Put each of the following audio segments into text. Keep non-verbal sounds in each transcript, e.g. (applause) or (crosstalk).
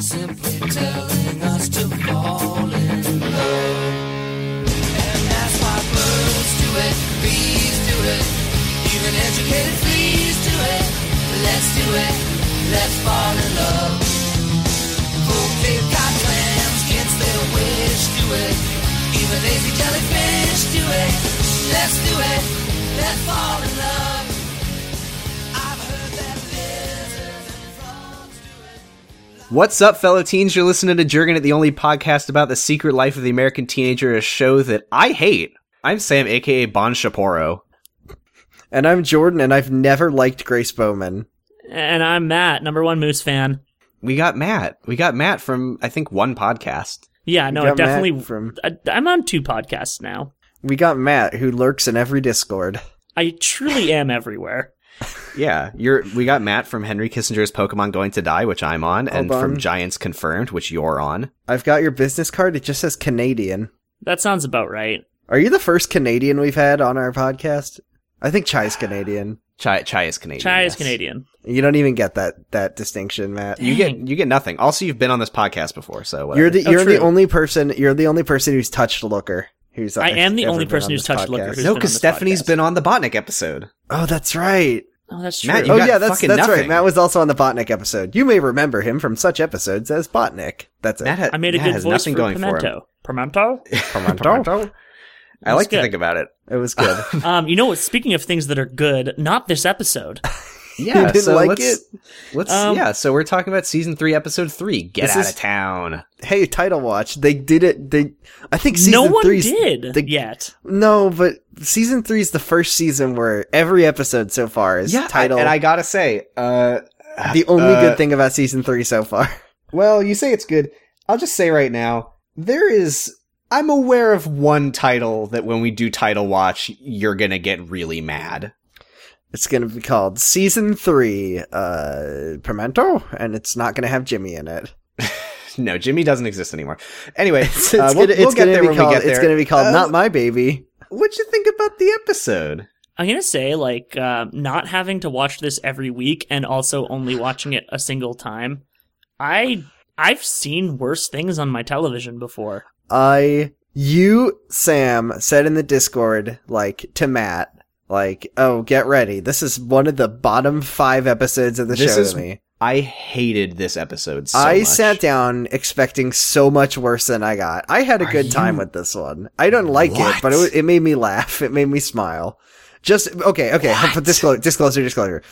simply telling us to fall in love. And that's why birds do it, bees do it, even educated fleas do it. Let's do it, let's fall in love. Fulfilled cod clams gets their wish, do it. Even lazy jellyfish do it. Let's do it, let's fall in love. I've heard that lizards and frogs do it. What's up, fellow teens? You're listening to Jurgen at the only podcast about the secret life of the American teenager, a show that I hate. I'm Sam, aka Bon Shaporo. And I'm Jordan, and I've never liked Grace Bowman. And I'm Matt, number one Moose fan. We got Matt. We got Matt from I think one podcast. Yeah, no, got I definitely. Matt from- I, I'm on two podcasts now. We got Matt, who lurks in every Discord. I truly am everywhere. Yeah, you're. We got Matt from Henry Kissinger's Pokemon Going to Die, which I'm on, and Hold from on. Giants Confirmed, which you're on. I've got your business card, it just says Canadian. That sounds about right. Are you the first Canadian we've had on our podcast? I think Chai's Canadian. Chai, Chai is Canadian. Chai is yes. Canadian. You don't even get that that distinction, Matt. You get you get nothing. Also, you've been on this podcast before, so uh, whatever. You're the Oh, you're the true. only person you're the only person who's touched Looker. Who's I uh, am the ever only been person on who's this touched Looker podcast. who's no, been on because this Stephanie's podcast. been on the Botnik episode. Oh, that's right. Oh, that's true. Matt, you oh got yeah, that's fucking that's nothing. right. Matt was also on the Botnik episode. You may remember him from such episodes as Botnik. That's it. Matt ha- I made a Matt good has voice nothing for going for him. Pimento. Pimento? (laughs) I like to good. think about it. it was good. (laughs) um, you know what? Speaking of things that are good, not this episode. (laughs) Yeah, didn't (laughs) so like let's, it? Let's Um, yeah. So we're talking about season three, episode three. Get This out is- of town. hey, title watch. They did it. They, I think season no one three's- did the- yet. No, but season three is the first season where every episode so far is Yeah, title. I, and I gotta say, uh, the only uh, good thing about season three so far. (laughs) well, you say it's good. I'll just say right now, there is. I'm aware of one title that when we do title watch, you're gonna get really mad. It's gonna be called season three, uh, Pimento, and it's not gonna have Jimmy in it. No, Jimmy doesn't exist anymore. (laughs) Anyway, It's, uh, it's we'll, gonna, we'll it's get gonna there be when called. we get there. It's gonna be called Uh, Not My Baby. What'd you think about the episode? I'm gonna say like uh, not having to watch this every week and also only watching it a single time. I I've seen worse things on my television before. I, you, Sam, said in the Discord, like, to Matt, like, oh, get ready. This is one of the bottom five episodes of the This show is to me. I hated this episode. So I much. sat down expecting so much worse than I got. I had a Are good time you- with this one. I don't like What? it, but it, wa- it made me laugh. It made me smile. Just, okay, okay, (laughs) What? but disclosure, disclosure, disclosure.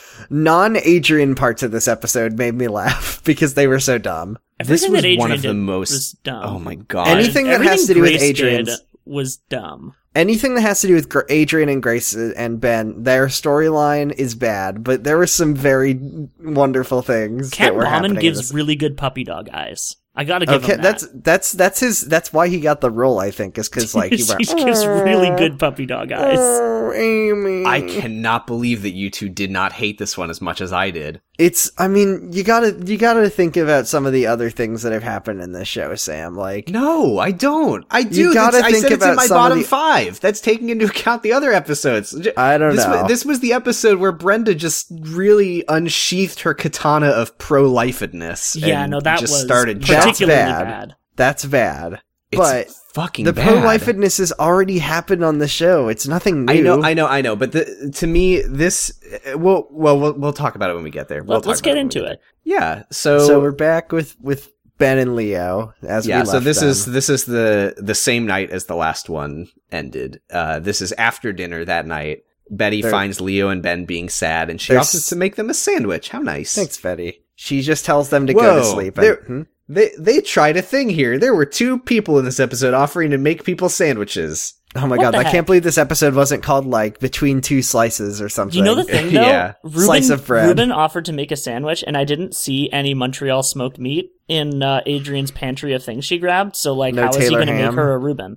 Non-Adrian parts of this episode made me (laughs) laugh because they were so dumb. This Everything was that one Adrian of the did most- was dumb. Oh my god! And Anything that everything has to do with Grace did Adrian's- was dumb. anything that has to do with Gr- Adrian and Grace and Ben, their storyline is bad, but there were some very wonderful things. Cat that were happening Ramen in gives this- really good puppy dog eyes. I gotta give okay, him that. that's that's that's his. That's why he got the role. I think (laughs) is because like he she went. gives Uh, really good puppy dog eyes. "Oh, Amy. I cannot believe that you two did not hate this one as much as I did. It's. I mean, you gotta you gotta think about some of the other things that have happened in this show, Sam. Like, No, I don't. I do. You gotta That's- I think said it's in about my some of bottom the- five. That's taking into account the other episodes. J- I don't this know. Was, this was the episode where Brenda just really unsheathed her katana of pro lifedness. Yeah, no, that just was started. chopping. particularly That's bad. bad. that's bad. It's but fucking the bad. pro lifedness has already happened on the show. It's nothing new. I know, I know, I know. But the, to me, this. uh, Well, well, we'll we'll talk about it when we get there. We'll Let- let's talk about get when into we it. Yeah. So, so we're back with with Ben and Leo as we yeah left so this them. is this is the the same night as the last one ended uh this is after dinner that night betty They're- finds leo and ben being sad and she They're offers s- to make them a sandwich how nice thanks, Betty. She just tells them to go to Whoa, sleep. there- And, hmm? they they tried a thing here there were two people in this episode offering to make people (sighs) sandwiches Oh my What god, the I heck? can't believe this episode wasn't called like between two slices or something. You (laughs) know the thing though, Yeah. Ruben, Slice of bread. Ruben offered to make a sandwich, and I didn't see any Montreal smoked meat in uh, Adrian's pantry of things she grabbed. So like, No how is he Taylor going to make ham? her a Reuben?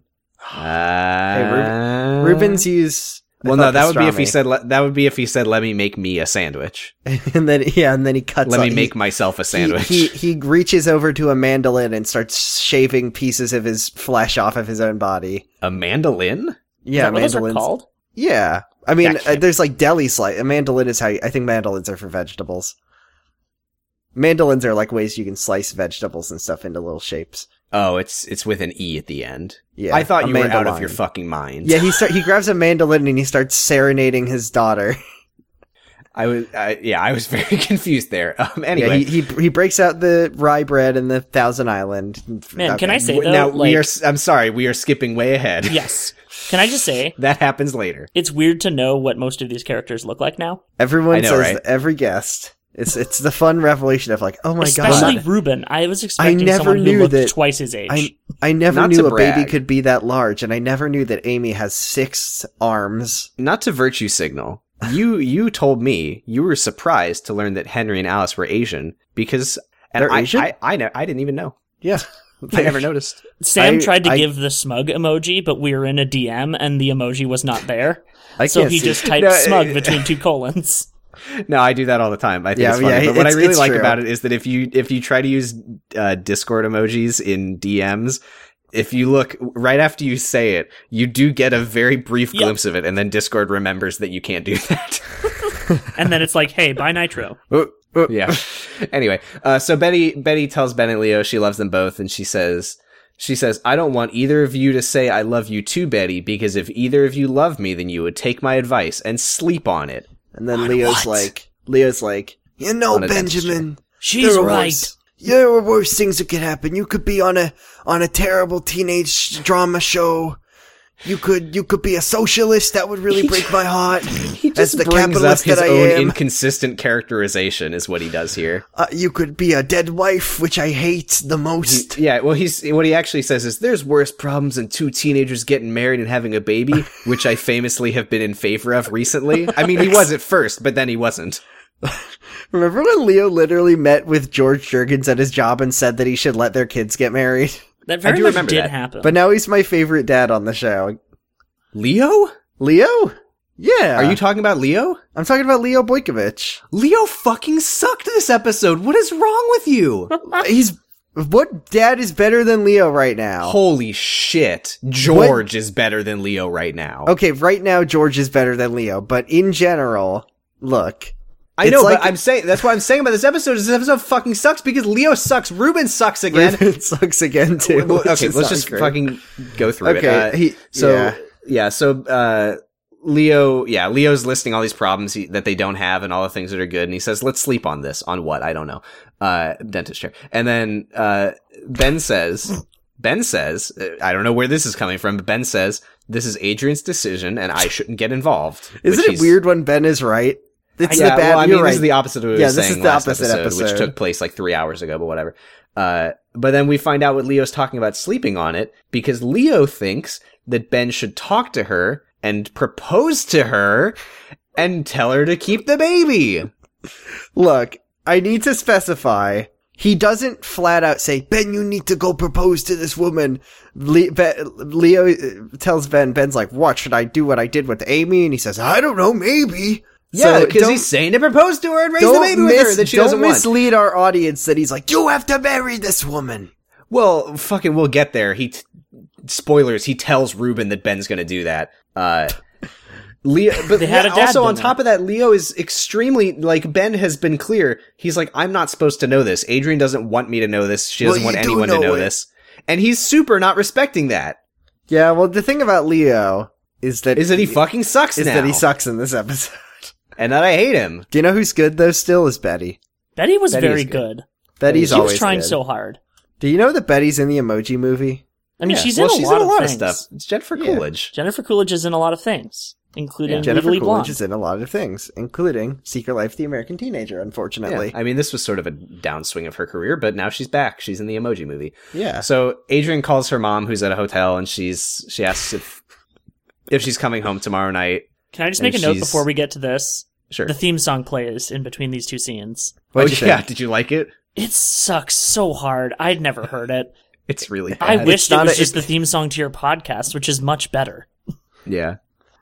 uh, Rubens use well I no thought that would be if he pastrami. said le- that would be if he said let me make me a sandwich (laughs) and then yeah, and then he cuts. let off- me he- make myself a sandwich He, he he reaches over to a mandolin and starts shaving pieces of his flesh off of his own body. (laughs) a mandolin is Yeah, that what those are mandolins. called? Yeah, I mean, That uh, can't- there's like deli slice. A mandolin is how you, I think mandolins are for vegetables. Mandolins are like ways you can slice vegetables and stuff into little shapes. Oh, it's it's with an e at the end. Yeah, I thought a you were out of mandolin. your fucking mind. Yeah, he start he grabs a mandolin and he starts serenading his daughter. (laughs) I was. I, yeah, I was (laughs) very confused there. (laughs) Um, anyway, Yeah, he, he he breaks out the rye bread and the Thousand Island. Man, can I say W- though? now like, we are. s- I'm sorry, we are skipping way ahead. (laughs) yes. Can I (laughs) just say that happens later. it's weird to know what most of these characters look like now? Everyone I know, says right? every guest. It's it's the fun revelation of like, oh my Especially god, Ruben. I was expecting never someone knew who looked that- twice his age. I I never Not knew to a baby brag. could be that large, and I never knew that Amy has six arms. Not to virtue signal. You you told me you were surprised to learn that Henry and Alice were Asian because and They're I, Asian? I I, ne- I didn't even know. (laughs) Yeah, (laughs) I never noticed. Sam I- tried to I- give the smug emoji, but we were in a DM and the emoji was not there. I so can't he see. (laughs) just typed No, smug it- between two colons. No, I do that all the time. I think Yeah, it's funny. yeah, but what I it's- really it's like true. about it is that if you if you try to use uh, Discord emojis in DMs, if you look right after you say it, you do get a very brief Yep. glimpse of it, and then Discord remembers that you can't do (laughs) that. And then it's like, hey, buy Nitro. Oh, oh. yeah. Anyway, uh, so Betty Betty tells Ben and Leo she loves them both, and she says she says I don't want either of you to say I love you too, Betty, because if either of you love me, then you would take my advice and sleep on it. And then Leo's what? like, Leo's like, you know, On a dentist Benjamin, She's there are right. worse- there are worse things that could happen. You could be on a on a terrible teenage drama show. You could you could be a socialist. That would really break my heart. As brings the up capitalist his that I own am, inconsistent characterization is what he does here. uh, you could be a dead wife, which I hate the most. Yeah, well, he's what he actually says is there's worse problems than two teenagers getting married and having a (laughs) baby, which I famously have been in favor of recently. I mean, he was at first, but then he wasn't. (laughs) Remember when Leo literally met with George Jurgens at his job and said that he should let their kids get married? (laughs) That very do much remember did that. happen. But now he's my favorite dad on the show. Leo? Leo? Uh. Yeah. Are you talking about Leo? I'm talking about Leo Boykovich. Leo fucking sucked this episode. What is wrong with (laughs) you? He's what dad is better than Leo right now? Holy shit. George is better than Leo right now. Okay, right now George is better than Leo, but in general, (laughs) look, I it's know, like- but I'm saying that's what I'm saying about this episode is this episode fucking sucks because Leo sucks. Ruben sucks again. it sucks again (laughs) too. Well, which okay, is let's not just great. fucking go through okay. it. Uh, he, so yeah. yeah, so uh, Leo, yeah, Leo's listing all these problems he, that they don't have and all the things that are good, and he says, "Let's sleep on this." On what? I don't know. Uh, dentist chair, and then uh, Ben says. Ben says, uh, I don't know where this is coming from, but Ben says, this is Adrian's decision and I shouldn't get involved. isn't which it he's- weird when Ben is right? It's yeah, the bad. well, I you're mean, right. this is the opposite of what we Yeah, were this saying is the last opposite episode, episode. which took place like three hours ago, but whatever. Uh, but then we find out what Leo's talking about sleeping on it because Leo thinks that Ben should talk to her and propose to her and tell her to keep the baby. Look, I need to specify. He doesn't flat out say, Ben, you need to go propose to this woman. Le- Be- Leo uh, tells Ben, Ben's like, what, should I do what I did with Amy? And he says, I don't know, maybe. Yeah, So because don't- he's saying to propose to her and raise the don't baby with her mis- that she don't doesn't want. mislead our audience that he's like, you have to marry this woman. Well, fucking, we'll get there. He t- spoilers. He tells Ruben that Ben's going to do that. Uh, Leo, but They had yeah, a dad also on dinner. top of that, Leo is extremely like Ben has been clear. He's like, I'm not supposed to know this. Adrian doesn't want me to know this. She Well, doesn't want you do anyone to know know it. this. And he's super not respecting that. Yeah, well, the thing about Leo is that, Is that he fucking sucks is now, that he sucks in this episode. (laughs) and that I hate him. do you know who's good, though, still, is Betty. Betty was Betty very is good. good. Betty's She always was trying good. so hard. Do you know that Betty's in the emoji movie? I mean, Yeah. she's, well, in, a she's in lot a lot things. of stuff. It's Jennifer Yeah. Coolidge. Jennifer Coolidge is in a lot of things, including Jennifer Legally Coolidge Blonde. is in a lot of things, including Secret Life of the American Teenager, Yeah. unfortunately. Yeah. I mean, this was sort of a downswing of her career, but now she's back. She's in the Emoji Movie. So Adrian calls her mom, who's at a hotel, and she's she asks if if she's coming home tomorrow night. Can I just And make a note she's- before we get to this? Sure. The theme song plays in between these two scenes. oh What'd you yeah, think? did you like it? It sucks so hard. I'd never heard it. It's really bad. I wished it not was a- just it- the theme song to your podcast, which is much better. yeah.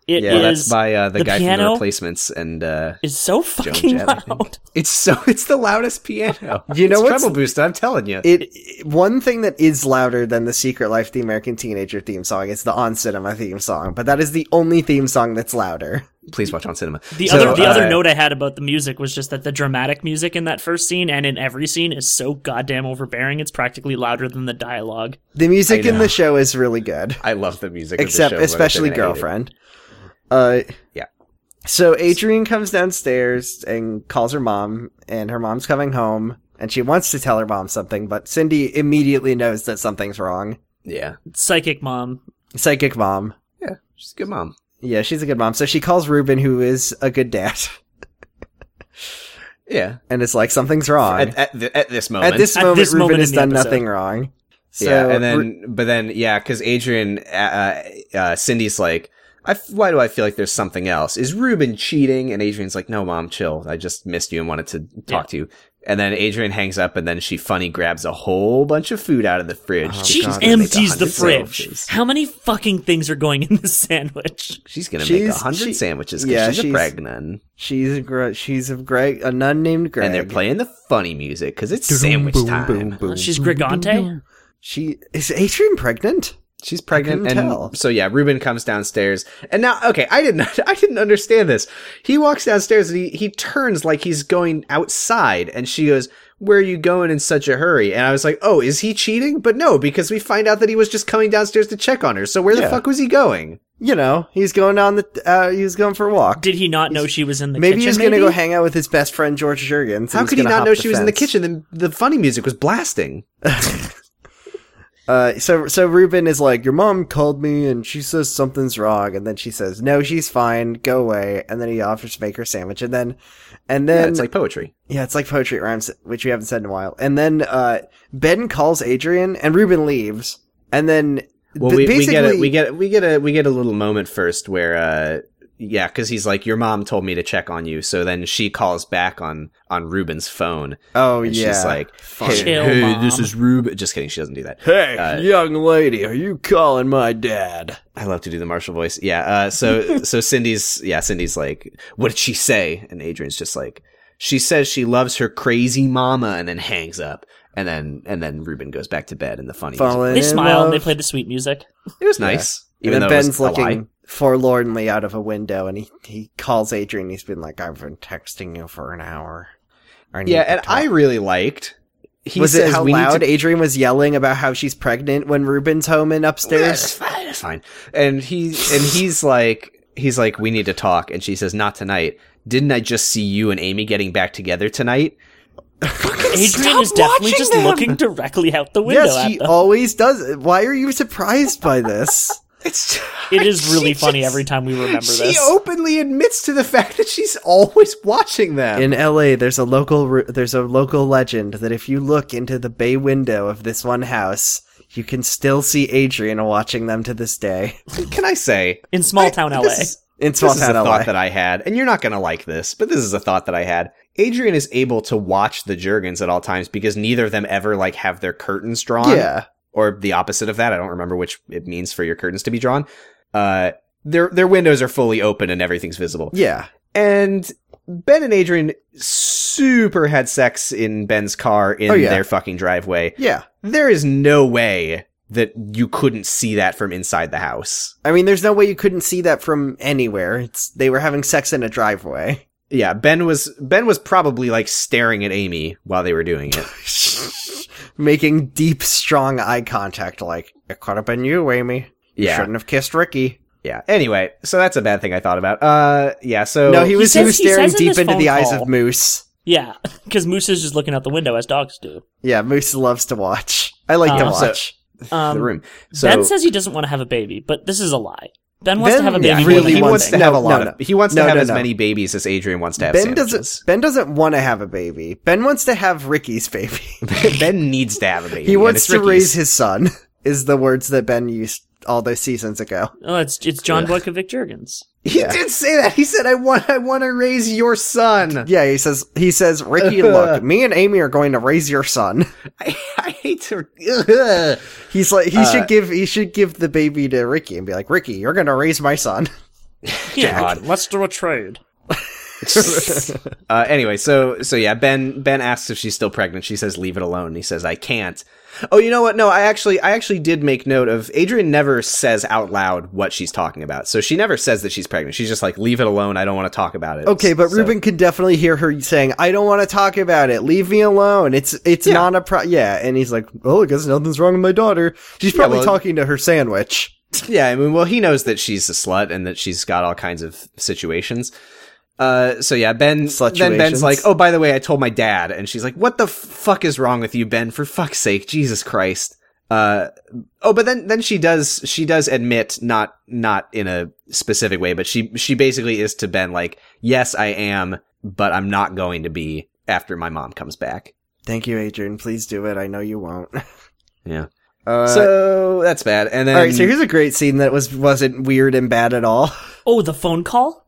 It is Yeah, that's by uh, the, the guy from the piano- Replacements, and uh, it's so fucking Jett, I think. loud. it's so (laughs) it's the loudest piano. You know it's what's- treble boost. I'm telling you, It, it- one thing that is louder than the Secret Life of the American Teenager theme song is the On Cinema theme song, but that is the only theme song that's louder. please watch on cinema. The So, other the uh, other note I had about the music was just that the dramatic music in that first scene and in every scene is so goddamn overbearing. It's practically louder than the dialogue. The music I in know. the show is really good, I love the music, of the except show more than especially I hate it. girlfriend. Uh, Yeah. So Adrienne comes downstairs and calls her mom, and her mom's coming home, and she wants to tell her mom something, but Cindy immediately knows that something's wrong. Yeah, Psychic mom. Oh Psychic mom. yeah, she's a good mom. Yeah, she's a good mom. So she calls Ruben, who is a good dad, (laughs) Yeah, and it's like something's wrong. at, at, th- at this moment, At this At moment, this Ruben moment has in the done episode. nothing wrong. So, yeah, and Ru- then but then yeah, because Adrian, uh, uh, uh, Cindy's like, I f- why do I feel like there's something else? Is Ruben cheating? And Adrian's like, no, mom, chill. I just missed you and wanted to talk to you. And then Adrian hangs up, and then she funny grabs a whole bunch of food out of the fridge. Oh, she She's God. gonna make empties the 100 fridge. sandwiches. How many fucking things are going in this (laughs) sandwich? She's gonna make She's- a hundred she- sandwiches because yeah, she's, a she's- pregnant, she's a gr- she's a Greg, a nun named Greg, and they're playing the funny music because it's sandwich time. She's Grigante. She is Adrian pregnant. She's pregnant, couldn't and tell. so yeah, Ruben comes downstairs, and now okay, I didn't, (laughs) I didn't understand this. He walks downstairs and he he turns like he's going outside, and she goes, "Where are you going in such a hurry?" And I was like, "Oh, is he cheating?" But no, because we find out that he was just coming downstairs to check on her. So where the Yeah. fuck was he going? You know, he's going on the uh, he was going for a walk. Did he not know she was in the maybe kitchen? he's going to go hang out with his best friend George Jurgens. How could he not know she was in the kitchen? Then the funny music was blasting. Uh, so so Ruben is like, your mom called me and she says something's wrong, and then she says, no, she's fine, go away, and then he offers to make her a sandwich, and then and then Yeah, it's like poetry. Yeah, it's like poetry rhymes, which we haven't said in a while. And then uh, Ben calls Adrian, and Ruben leaves. And then Well, b- we, we get a, basically- we get we get a we get a little moment first where uh yeah, because he's like, your mom told me to check on you. So then she calls back on on Ruben's phone, oh and yeah, she's like, hey, Chill, hey, Mom. this is Ruben. Just kidding, she doesn't do that. "Hey, uh, young lady, are you calling my dad?" I love to do the Marshall voice. Yeah. Uh, so (laughs) so Cindy's yeah Cindy's like, what did she say? And Adrian's just like, she says she loves her crazy mama, and then hangs up. And then and then Ruben goes back to bed in the funny. music. Falling They in smile and they love. play the sweet music. It was nice, And even then though it was Ben's a lie. looking forlornly out of a window, and he he calls Adrian. He's been like, "I've been texting you for an hour." I need Yeah, to and talk." I really liked. He was it says how we need to loud Adrian was yelling about how she's pregnant when Ruben's home and upstairs. Yeah, that's fine. That's fine. And he and he's like he's like we need to talk and she says not tonight. Didn't I just see you and Amy getting back together tonight? Adrian is definitely just looking directly out the window Yes, at he them. always does. it. Why are you surprised (laughs) by this? It's (laughs) It is she really funny just- every time we remember she this. openly admits to the fact that she's always watching them. In LA, there's a local ru- there's a local legend that if you look into the bay window of this one house, you can still see Adrian watching them to this day Can I say in small town I- LA. this is- (laughs) in small this is a town LA. thought that I had, and you're not going to like this, but this is a thought that I had. Adrian is able to watch the Jurgens at all times because neither of them ever like have their curtains drawn. yeah, or the opposite of that. I don't remember which it means for your curtains to be drawn. Uh, their their windows are fully open and everything's visible. yeah. And Ben and Adrian super had sex in Ben's car in Oh, yeah. their fucking driveway. Yeah. There is no way that you couldn't see that from inside the house. I mean, there's no way you couldn't see that from anywhere. It's they were having sex in a driveway. (laughs) Yeah, Ben was Ben was probably like staring at Amy while they were doing it. Making deep, strong eye contact, like, it could have been you, Amy. (laughs) You Yeah, shouldn't have kissed Ricky. yeah. Anyway, so that's a bad thing I thought about. Uh, yeah. So no, he was, he says- was he staring says in deep this into phone the eyes call- of Moose. Yeah, because Moose is just looking out the window as dogs do. Yeah, Moose loves to watch. I like to Uh, Um, so- watch. the Um, room. So ben says he doesn't want to have a baby, but this is a lie. Ben wants Ben to have a baby. really more than he anything. one wants to thing. have No, a lot no, of he wants No, to have no, as no. many babies as Adrian wants to have Ben sandwiches. doesn't. Ben doesn't want to have a baby. Ben wants to have Ricky's (laughs) baby. (laughs) ben needs to have a baby. he and wants it's to Ricky's. raise his son. Is the words that Ben used all those seasons ago. Oh, it's it's John Boykovic Jurgens. He Yeah. did say that. He said, "I want, I want to raise your (laughs) son." Yeah, he says. He says, (laughs) Ricky, look, me and Amy are going to raise your son. (laughs) I, I hate to. Ugh. (laughs) He's like, he Uh, should give. He should give the baby to (laughs) Ricky and be like, Ricky, you're going to raise my son. Yeah, let's do a trade. (laughs) uh, anyway, so so yeah, Ben Ben asks if she's still pregnant. She says, "Leave it alone." And he says, "I can't." Oh, you know what? No, I actually I actually did make note of Adrian never says out loud what she's talking about. So she never says that she's pregnant. She's just like, "Leave it alone. I don't want to talk about it." Okay, but So- Ruben could definitely hear her saying, "I don't want to talk about it. Leave me alone. It's it's Yeah. not a pro." Yeah, and he's like, "Oh, I guess nothing's wrong with my daughter." She's Yeah, probably well- talking to her sandwich. Yeah, I mean, well, he knows that she's a slut and that she's got all kinds of situations. Uh, so yeah, Ben. Then Ben's Slutuations. like, "Oh, by the way, I told my dad," and she's like, "What the f- fuck is wrong with you, Ben? For fuck's sake, Jesus Christ!" Uh, oh, but then then she does she does admit not not in a specific way, but she she basically is to Ben like, "Yes, I am, but I'm not going to be after my mom comes back." Thank you, Adrian. Please do it. I know you won't. (laughs) Yeah. Uh, so that's bad. And then all right. So here's a great scene that was wasn't weird and bad at all. (laughs) Oh, the phone call.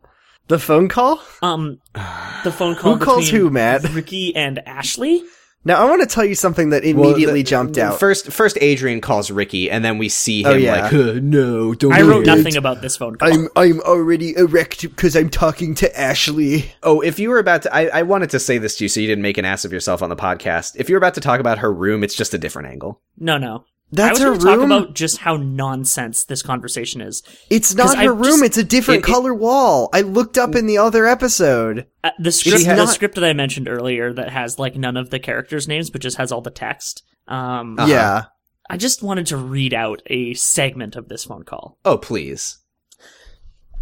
The phone call. Um, the (sighs) phone call. Who calls between who, Matt? Ricky and Ashley. Now I want to tell you something that Well, immediately the- jumped out. First, first Adrian calls Ricky, and then we see him Oh, yeah. like, "Huh, "No, don't." I do wrote it." nothing about this phone call. I'm I'm already erect because I'm talking to Ashley. Oh, if you were about to, I, I wanted to say this to you, so you didn't make an ass of yourself on the podcast. If you were about to talk about her room, it's just a different angle. No, no. That's I her was gonna room. talk about just how nonsense this conversation is. it's 'cause not I her room. just- it's a different it- it- color wall. I looked up in the other episode. Uh, the script, has- the script that I mentioned earlier, that has like none of the characters' names, but just has all the text. Um, Uh-huh. Yeah. I just wanted to read out a segment of this phone call. Oh, please.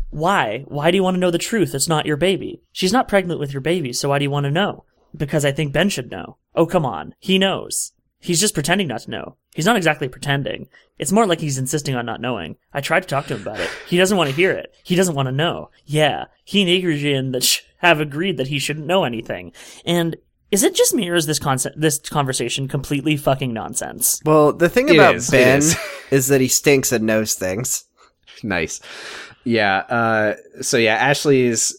Why? Why do you want to know the truth? It's not your baby. She's not pregnant with your baby, so why do you want to know? Because I think Ben should know. Oh, come on. He knows. He's just pretending not to know. He's not exactly pretending. It's more like he's insisting on not knowing. I tried to talk to him about it. He doesn't want to hear it. He doesn't want to know. Yeah, he and Adrian that sh- have agreed that he shouldn't know anything. And is it just me or is this concept, this conversation completely fucking nonsense? Well, the thing It about is, it Ben is. (laughs) is. that he stinks and knows things. Nice. Yeah. Uh, so yeah, Ashley's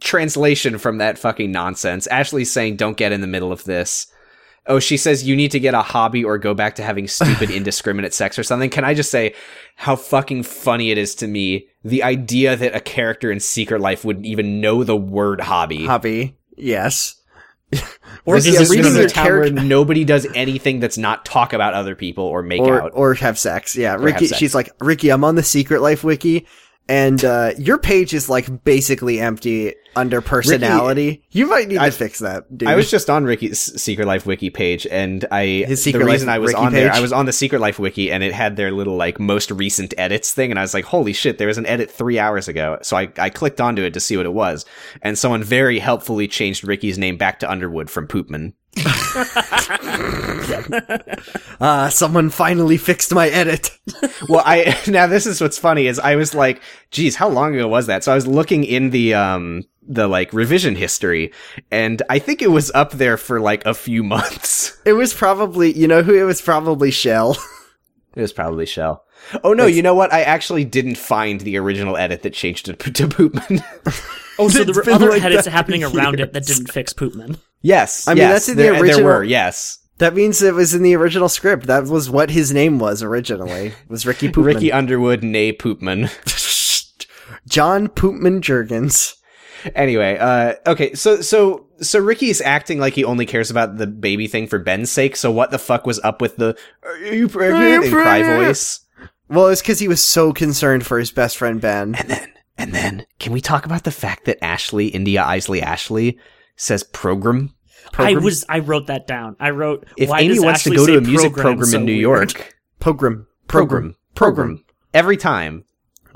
translation from that fucking nonsense. Ashley's saying, "Don't get in the middle of this." Oh, she says you need to get a hobby or go back to having stupid indiscriminate sex or something. Can I just say how fucking funny it is to me the idea that a character in Secret Life would even know the word hobby. Hobby. Yes. (laughs) Or This is is this reading just their a how where character? nobody does anything that's not talk about other people or make Or out. or have sex. Yeah. have Ricky sex. she's like, Ricky, I'm on the Secret Life wiki. And uh, your page is like basically empty under personality. you might need I- to fix that, dude. I was just on Ricky's Secret Life wiki page, and I His Secret the Life reason I was wiki on there, page? I was on the Secret Life wiki, and it had their little like most recent edits thing, and I was like, holy shit, there was an edit three hours ago. So I I clicked onto it to see what it was, and someone very helpfully changed Ricky's name back to Underwood from Poopman. Ah, someone finally fixed my edit. (laughs) well i (laughs) now this is what's funny is i was like geez how long ago was that so i was looking in the um the like revision history and i think it was up there for like a few (laughs) months It was probably, you know who? It was probably Shell. (laughs) it was probably shell oh no you know what i actually didn't find the original edit that changed it to (laughs) poopman Oh, so It's there were been other like edits that happening around years. it that didn't fix Poopman. yes I mean, yes, that's in the there, there original- were yes That means it was in the original script. That was what his name was originally. Was (laughs) Ricky Poopman. ricky underwood nay poopman (laughs) John Poopman Jurgens. anyway, uh, okay, so so so Ricky's acting like he only cares about the baby thing for Ben's sake. So what the fuck was up with the "Are you pregnant?" Are you and cry pregnant? voice? Well, it's because he was so concerned for his best friend Ben. And then and then can we talk about the fact that Ashley India Isley Ashley says program? I was I wrote that down. I wrote If why Amy does wants Ashley to go to say a music program, so in New weird? York, Program. program, program, every time.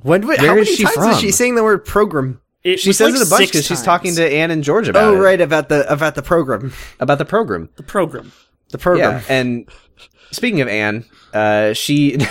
When, when, Where how is many she times from? is she saying the word program? It She was says like it a bunch six because she's times. talking to Anne and George about Oh, it, right, about the about the program. about the program. the program. The program. Yeah, and speaking of Anne, uh, she (laughs)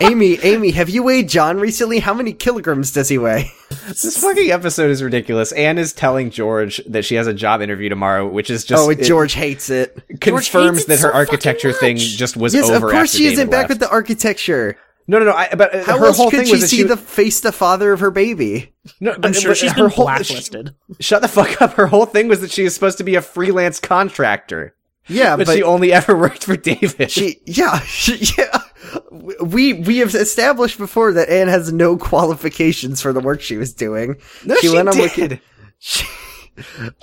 Amy, Amy, have you weighed John recently? How many kilograms does he weigh? This fucking episode is ridiculous. Anne is telling George that she has a job interview tomorrow, which is just oh, it George hates it. confirms hates it that her so architecture fucking thing much. just was Yes, over. of course after she isn't David back left. with the architecture. No, no, no. I, but uh, How her else whole could thing she was that see she, the face the father of her baby? No, I'm but- sure but she's her been whole- blacklisted. sh- shut the fuck up. Her whole thing was that she was supposed to be a freelance contractor, Yeah, but, but, she she, only ever (laughs) worked for David. yeah, (laughs) she, yeah. We we have established before that Anne has no qualifications for the work she was doing. no, she, went on did. Wiki- she,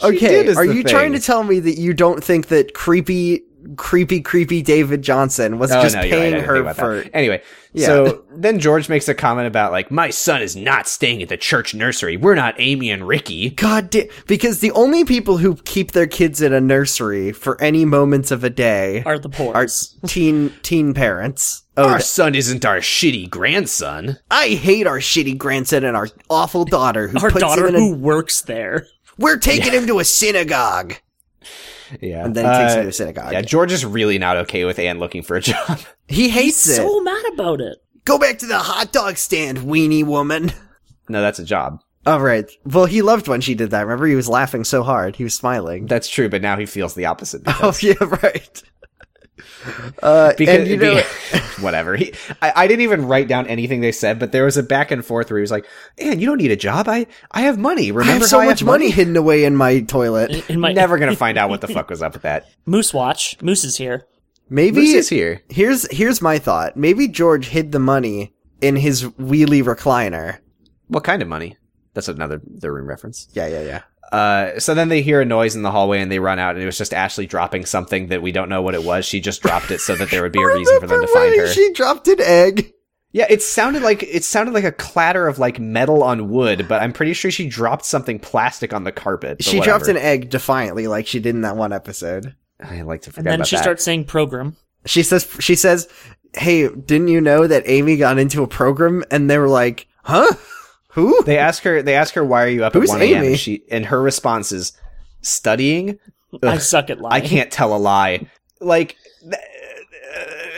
Okay, did is are the you trying to thing. tell me that you don't think that creepy, creepy, creepy David Johnson was Oh, just no, you're right. I paying didn't think her about for? that. Anyway, Yeah. so then George makes a comment about like, my son is not staying at the church nursery. We're not Amy and Ricky. God damn! Because the only people who keep their kids at a nursery for any moments of a day Are the poor? are teen teen parents. Oh, Our son isn't our shitty grandson. I hate our shitty grandson and our awful daughter who Our puts daughter him in a- who works there. We're taking him to a synagogue. Yeah. And then takes Uh, him to a synagogue. Yeah, George is really not okay with Anne looking for a (laughs) job. he hates it. So mad about it. Go back to the hot dog stand, weenie woman. no, that's a job. (laughs) All right. Well, he loved when she did that. Remember, he was laughing so hard. He was smiling. That's true, but now he feels the opposite. (laughs) Oh, yeah, right. (laughs) Uh, Because and (laughs) you know, (laughs) be- whatever. He, I, I didn't even write down anything they said, but there was a back and forth where he was like, "Anne, you don't need a job. I I have money. Remember I have so how much money hidden away in my toilet. In (laughs) my Never gonna find out what the fuck was up with that. Moose Watch. Moose is here. Maybe Moose is here. here's here's my thought. Maybe George hid the money in his wheelie recliner. What kind of money? That's another the room reference. Yeah, yeah, yeah. Uh, so then they hear a noise in the hallway and they run out, and it was just Ashley dropping something that we don't know what it was. She just dropped it so that there would (laughs) be a reason for them to Remember find when her. She dropped an egg. Yeah, it sounded like it sounded like a clatter of like metal on wood, but I'm pretty sure she dropped something plastic on the carpet. but She whatever. dropped an egg defiantly, like she did in that one episode. I like to And forget then about she that. starts saying program. She says, "She says, hey, didn't you know that Amy got into a program?" And they were like, "Huh? Who?" They ask her. They ask her, "Why are you up Who's at 1 a.m.?" Amy? And She and her response is, "Studying. I Ugh, suck at I (laughs) lying. can't tell a lie." Like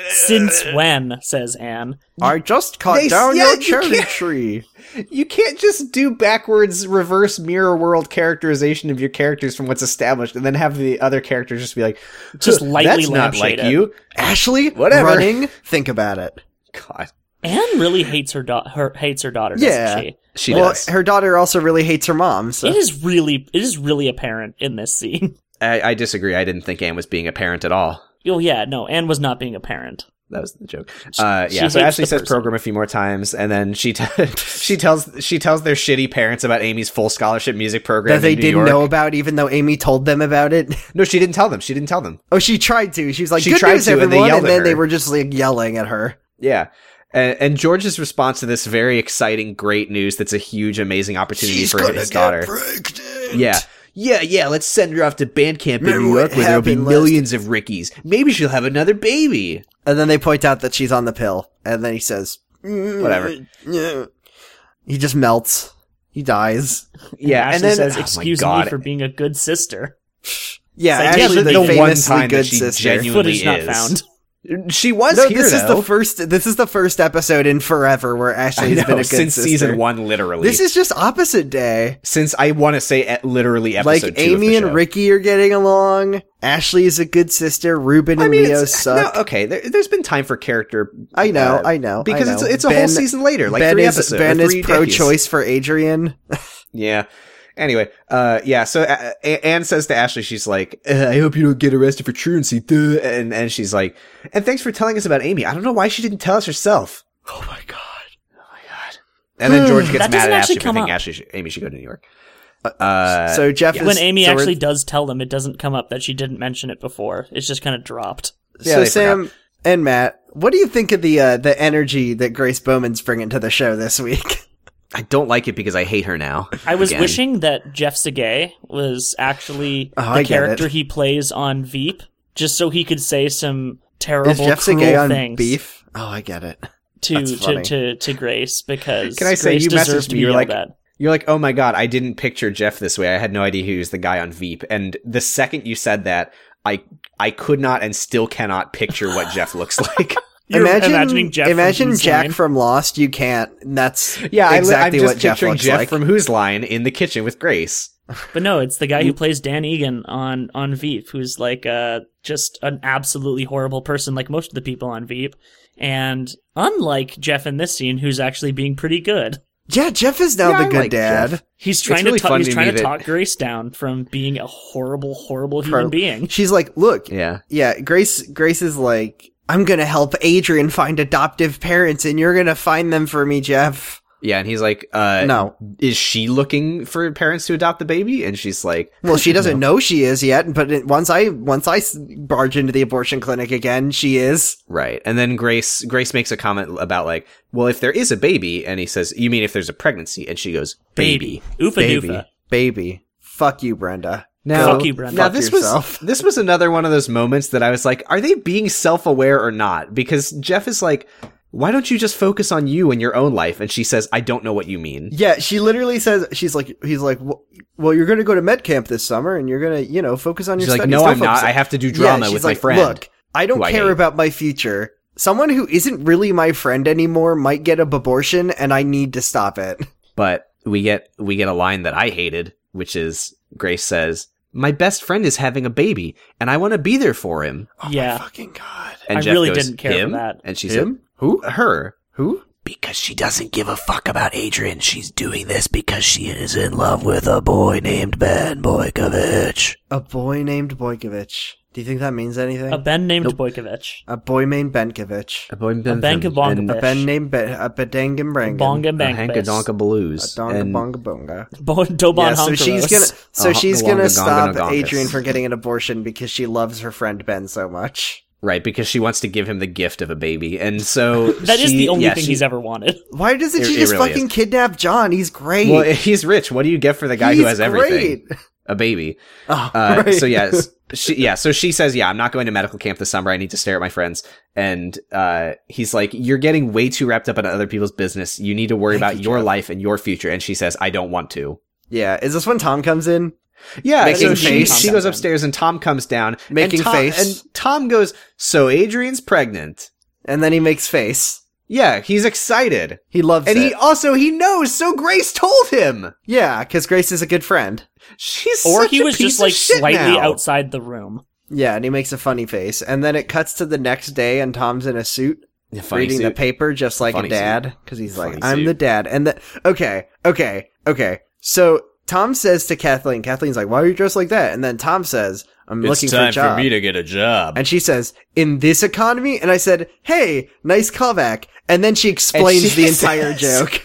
Since when? Says Anne. I just cut They- down yeah, your you cherry can't- tree. you can't just do backwards reverse mirror world characterization of your characters from what's established, and then have the other characters just be like, Just "Huh, lightly that's not like lampshade it." you." Ashley, Whatever. running. Think about it. God, Anne really hates her, da- her hates her daughter. Doesn't Yeah. she? she well, does. her daughter also really hates her mom. So It is really it is really apparent in this scene. (laughs) I, I disagree. I didn't think Anne was being a parent at all. Oh yeah, no, Anne was not being a parent. That was the joke. Uh, she yeah. So hates Ashley the says person. program a few more times, and then she t- (laughs) she tells she tells their shitty parents about Amy's full scholarship music program that they in New didn't York. know about, even though Amy told them about it. (laughs) No, she didn't tell them. She didn't tell them. Oh, she tried to. She was like, She "Good tried news, to, and they everyone!" yelled And at then her. they were just like yelling at her. Yeah. And, and George's response to this very exciting, great news that's a huge, amazing opportunity for his daughter. pregnant. Yeah. Yeah, yeah, let's send her off to band camp in Remember New what York where there'll be happened last- millions of Rickies. Maybe she'll have another baby. And then they point out that she's on the pill, and then he says, "Mm, Whatever. yeah." He just melts. He dies. Yeah, Ashley and then says, oh my "Excuse me God. for being a good sister." (laughs) It's Yeah, like, actually, yeah, the, the one famously time that good she sister. genuinely- Footage not is. found. She was no, here this is though. the first. This is the first episode in forever where Ashley I has know, been a good since sister. season one, literally. This is just opposite day. since I want to say e- literally episode Like two of Amy the and show. Ricky are getting along. Ashley is a good sister. Ruben and I mean, Leo it's- suck. no, okay. There, there's been time for character. I know, uh, I know, I because know. it's it's a whole Ben- season later, like ben three is episodes. or Ben is three decades. pro-choice for Adrian. Yeah. Anyway, uh, yeah. So uh, A- Anne says to Ashley, she's like, uh, "I hope you don't get arrested for truancy." Duh. And and she's like, "And thanks for telling us about Amy. I don't know why she didn't tell us herself." Oh my god. Oh my god. And then George gets That mad doesn't at actually Ashley for come thinking up. Ashley, should, Amy should go to New York. Uh, so Jeff is when Amy so we're- actually does tell them, it doesn't come up that she didn't mention it before. It's just kind of dropped. Yeah, so they Sam and Matt, what do you think of the uh, the energy that Grace Bowman's bringing to the show this week? (laughs) I don't like it because I hate her now. I was Again. wishing that Jeff Segay was actually Oh, the I get character it. he plays on Veep, just so he could say some terrible, is Jeff cruel Segay on things beef? Oh, I get it. to, That's to, funny. to to Grace because Can I say Grace you deserves messaged me, to be you're yelled like, at. You're like, oh my god, I didn't picture Jeff this way. I had no idea he was the guy on Veep. And the second you said that, I I could not and still cannot picture what Jeff looks (laughs) like. You're imagine imagining Jeff from imagine Who's Jack Line. from Lost. You can't. And that's Yeah, I li- exactly I'm just what Jeff picturing looks Jeff like. from Who's Line in the kitchen with Grace. But no, it's the guy Mm. who plays Dan Egan on on Veep, who's like uh just an absolutely horrible person, like most of the people on Veep. And unlike Jeff in this scene, who's actually being pretty good, yeah, Jeff is now Yeah, the I good like dad. Jeff. (laughs) he's trying really to ta- funny he's to trying me to that- talk Grace down from being a horrible, horrible Pro- human being. She's like, look, Yeah. yeah, Grace. Grace is like, I'm gonna help Adrian find adoptive parents, and you're gonna find them for me, Jeff. Yeah, and he's like, uh, No. is she looking for parents to adopt the baby? And she's like, Well, she doesn't know she is yet, but it, once I once I s- barge into the abortion clinic again, she is. right. And then Grace Grace makes a comment about like, well, if there is a baby, and he says, you mean if there's a pregnancy? And she goes, baby. Oofa baby, doofa. baby. Fuck you, Brenda. Now, Fuck you, Brenda. Now Fuck this yourself. was (laughs) this was another one of those moments that I was like, are they being self aware or not? Because Jeff is like, why don't you just focus on you and your own life? And she says, I don't know what you mean. (laughs) Yeah, she literally says she's like he's like "Well- well you're going to go to med camp this summer and you're going to you know focus on your She's like, studies. no, Don't I'm focus not. on-" I have to do Yeah, drama she's with like, my friend. Look, I don't who I care hate." about my future. Someone who isn't really my friend anymore might get a abortion, and I need to stop it. but we get we get a line that I hated, which is Grace says, "My best friend is having a baby, and I want to be there for him." Oh Yeah. my fucking god. And I Jeff really goes, didn't care for him? that. And she Him? said, "Her." Who? Because she doesn't give a fuck about Adrian. She's doing this because she is in love with a boy named Ben Boykovich. A boy named Boykovich. Do you think that means anything? A A, Ben named Boykovich. boy named Benkovich. A boing A bank of bonga A Ben named Be- a Bedangum Brangum. Bonga bank Hanka Donka Blues. Donga bonga bonga. Bo- Doban Yeah, so she's Honkaros. gonna, so Uh, she's Donga gonna Donga stop Dongas. Adrian from getting an abortion because she loves her friend Ben so much. Right, because she wants to give him the gift of a baby, and so (laughs) That is she- the only yeah, thing she- he's ever wanted. Why doesn't It- she it just really fucking kidnap John? He's great. Well, he's rich. What do you get for the guy He's who has everything? great. A baby. Oh, Uh, (laughs) right. So yes, she, yeah. So she says, "Yeah, I'm not going to medical camp this summer. I need to stare at my friends." And uh, he's like, "You're getting way too wrapped up in other people's business. You need to worry Thank about you, your Jeff. life and your future." And she says, "I don't want to." Yeah, is this when Tom comes in? Yeah. Making so she- face. She, goes upstairs, and Tom comes down, and Making Tom- face. And Tom goes, "So Adrian's pregnant." And then he makes face. Yeah, he's excited, He loves and it. he also he knows. So Grace told him. yeah, because Grace is a good friend. She's Or such he a was piece just of like shit slightly now. outside the room. Yeah, and he makes a funny face. And then it cuts to the next day, and Tom's in a suit. Funny reading the suit. paper just like Funny a dad because he's Funny like, I'm suit. the dad. And the okay, okay, okay. So Tom says to Kathleen, Kathleen's like, Why are you dressed like that? And then Tom says, I'm looking for a job. to get a job. and she says, In this economy? And I said, Hey, nice callback. And then she explains she (laughs) the entire says- joke.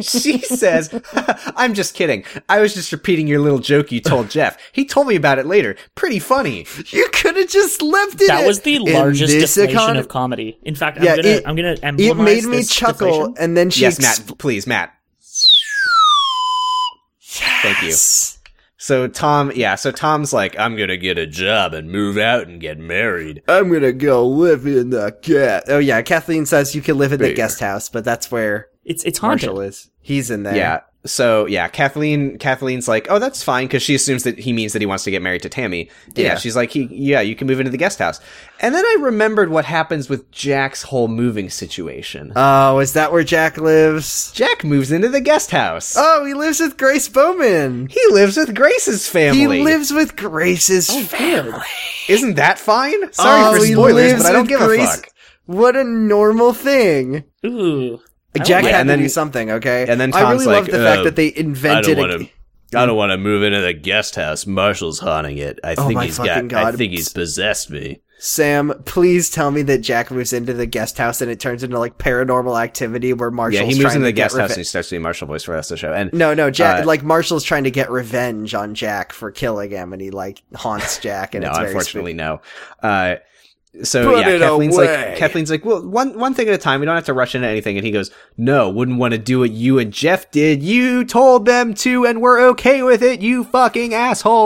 she says, (laughs) I'm just kidding. I was just repeating your little joke you told Jeff. He told me about it later. Pretty funny. You could have just left it. That was the in largest this deflation econ- of comedy. In fact, Yeah, I'm gonna it- I'm gonna It emblemize made me this chuckle, deflation. and then she yes, ex- Matt, please, Matt. Thank you. Yes. So Tom, yeah, so Tom's like, I'm gonna get a job and move out and get married. I'm gonna go live in the cat. Oh yeah, Kathleen says you can live in the Beer. guest house, but that's where It's it's haunted. Marshall is. He's in there. Yeah. So yeah, Kathleen Kathleen's like, "Oh, that's fine" cuz she assumes that he means that he wants to get married to Tammy. Yeah, Yeah. she's like, "He yeah, you can move into the guest house." And then I remembered what happens with Jack's whole moving situation. Oh, is that where Jack lives? Jack moves into the guest house. Oh, he lives with Grace Bowman. He lives with Grace's He family. lives with Grace's. Oh, good. Isn't that fine? Sorry Oh, for he spoilers, lives but I don't with give Grace- a fuck. What a normal thing. Ooh. I don't Jack like had and to then- do something, okay? and then I Tom's really love like, the uh, fact that they invented. wanna- a- I don't want to move into the guest house. Marshall's haunting it. I Oh my fucking God. possessed me. Sam, please tell me that Jack moves into the guest house and it turns into like paranormal activity where Marshall's yeah, he trying moves into to the get Mm, guest house reve- and he starts doing Marshall voice for the rest of the show. And No, no, Jack. Uh, like Marshall's trying to get revenge on Jack for killing him, and he like haunts Jack. And no, it's very unfortunately, spooky. no. Uh, so Put yeah, it Kathleen's away. like Kathleen's like, well, one one thing at a time. We don't have to rush into anything. And he goes, no, wouldn't want to do what you and Jeff did. You told them to, and we're okay with it. You fucking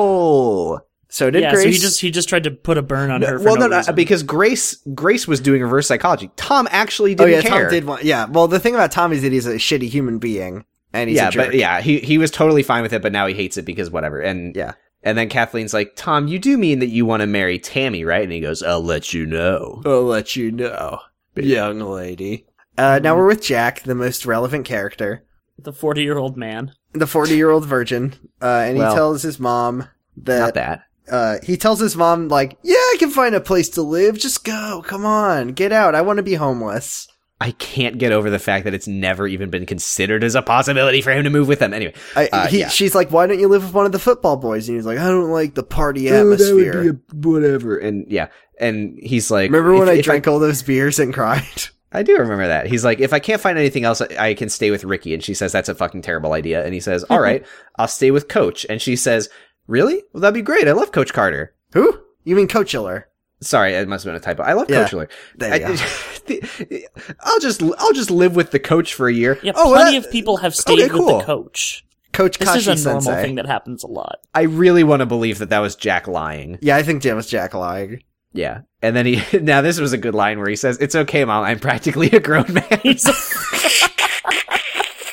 asshole. So did Yeah, Grace. so he just he just tried to put a burn on her. For well, no, no, no, reason. because Grace Grace was doing reverse psychology. Tom actually oh didn't yeah, care. Tom did want. Yeah, well, the thing about Tom is that he's a shitty human being, and he's yeah, a jerk. but yeah, he he was totally fine with it, but now he hates it because whatever. And Yeah. and then Kathleen's like, Tom, you do mean that you want to marry Tammy, right? And he goes, I'll let you know. I'll let you know, young lady. Uh, now we're with Jack, the most relevant character, the forty-year-old man. the forty-year-old virgin, uh, and he Well, tells his mom Not that, that. Uh, he tells his mom like, "Yeah, I can find a place to live. Just go. Come on, get out. I want to be homeless." I can't get over the fact that it's never even been considered as a possibility for him to move with them. Anyway, I, Uh, he, yeah. She's like, "Why don't you live with one of the football boys?" And he's like, "I don't like the party atmosphere." whatever. And yeah, and he's like, Remember if- when I if drank all those beers and cried? (laughs) I do remember that. He's like, if I can't find anything else, I- I can stay with Ricky. And she says, that's a fucking terrible idea. And he says, Mm-hmm. all right, I'll stay with Coach. And she says, really? Well, that'd be great. I love Coach Carter. Who? You mean Coachiller? Sorry, it must have been a typo. I love Yeah. Coach Lillard. There you I- (laughs) I'll just I'll just live with the coach for a year. Yeah, Oh, well, plenty that- of people have stayed with okay, cool. the coach. Coach This is Kashi a normal Sensei. thing that happens a lot. (laughs) I really want to believe that that was Jack lying. yeah, I think Jim was Jack lying. Yeah. And then he (laughs) now this was a good line where he says, "It's okay, mom. I'm practically a grown (laughs) man." He's (laughs)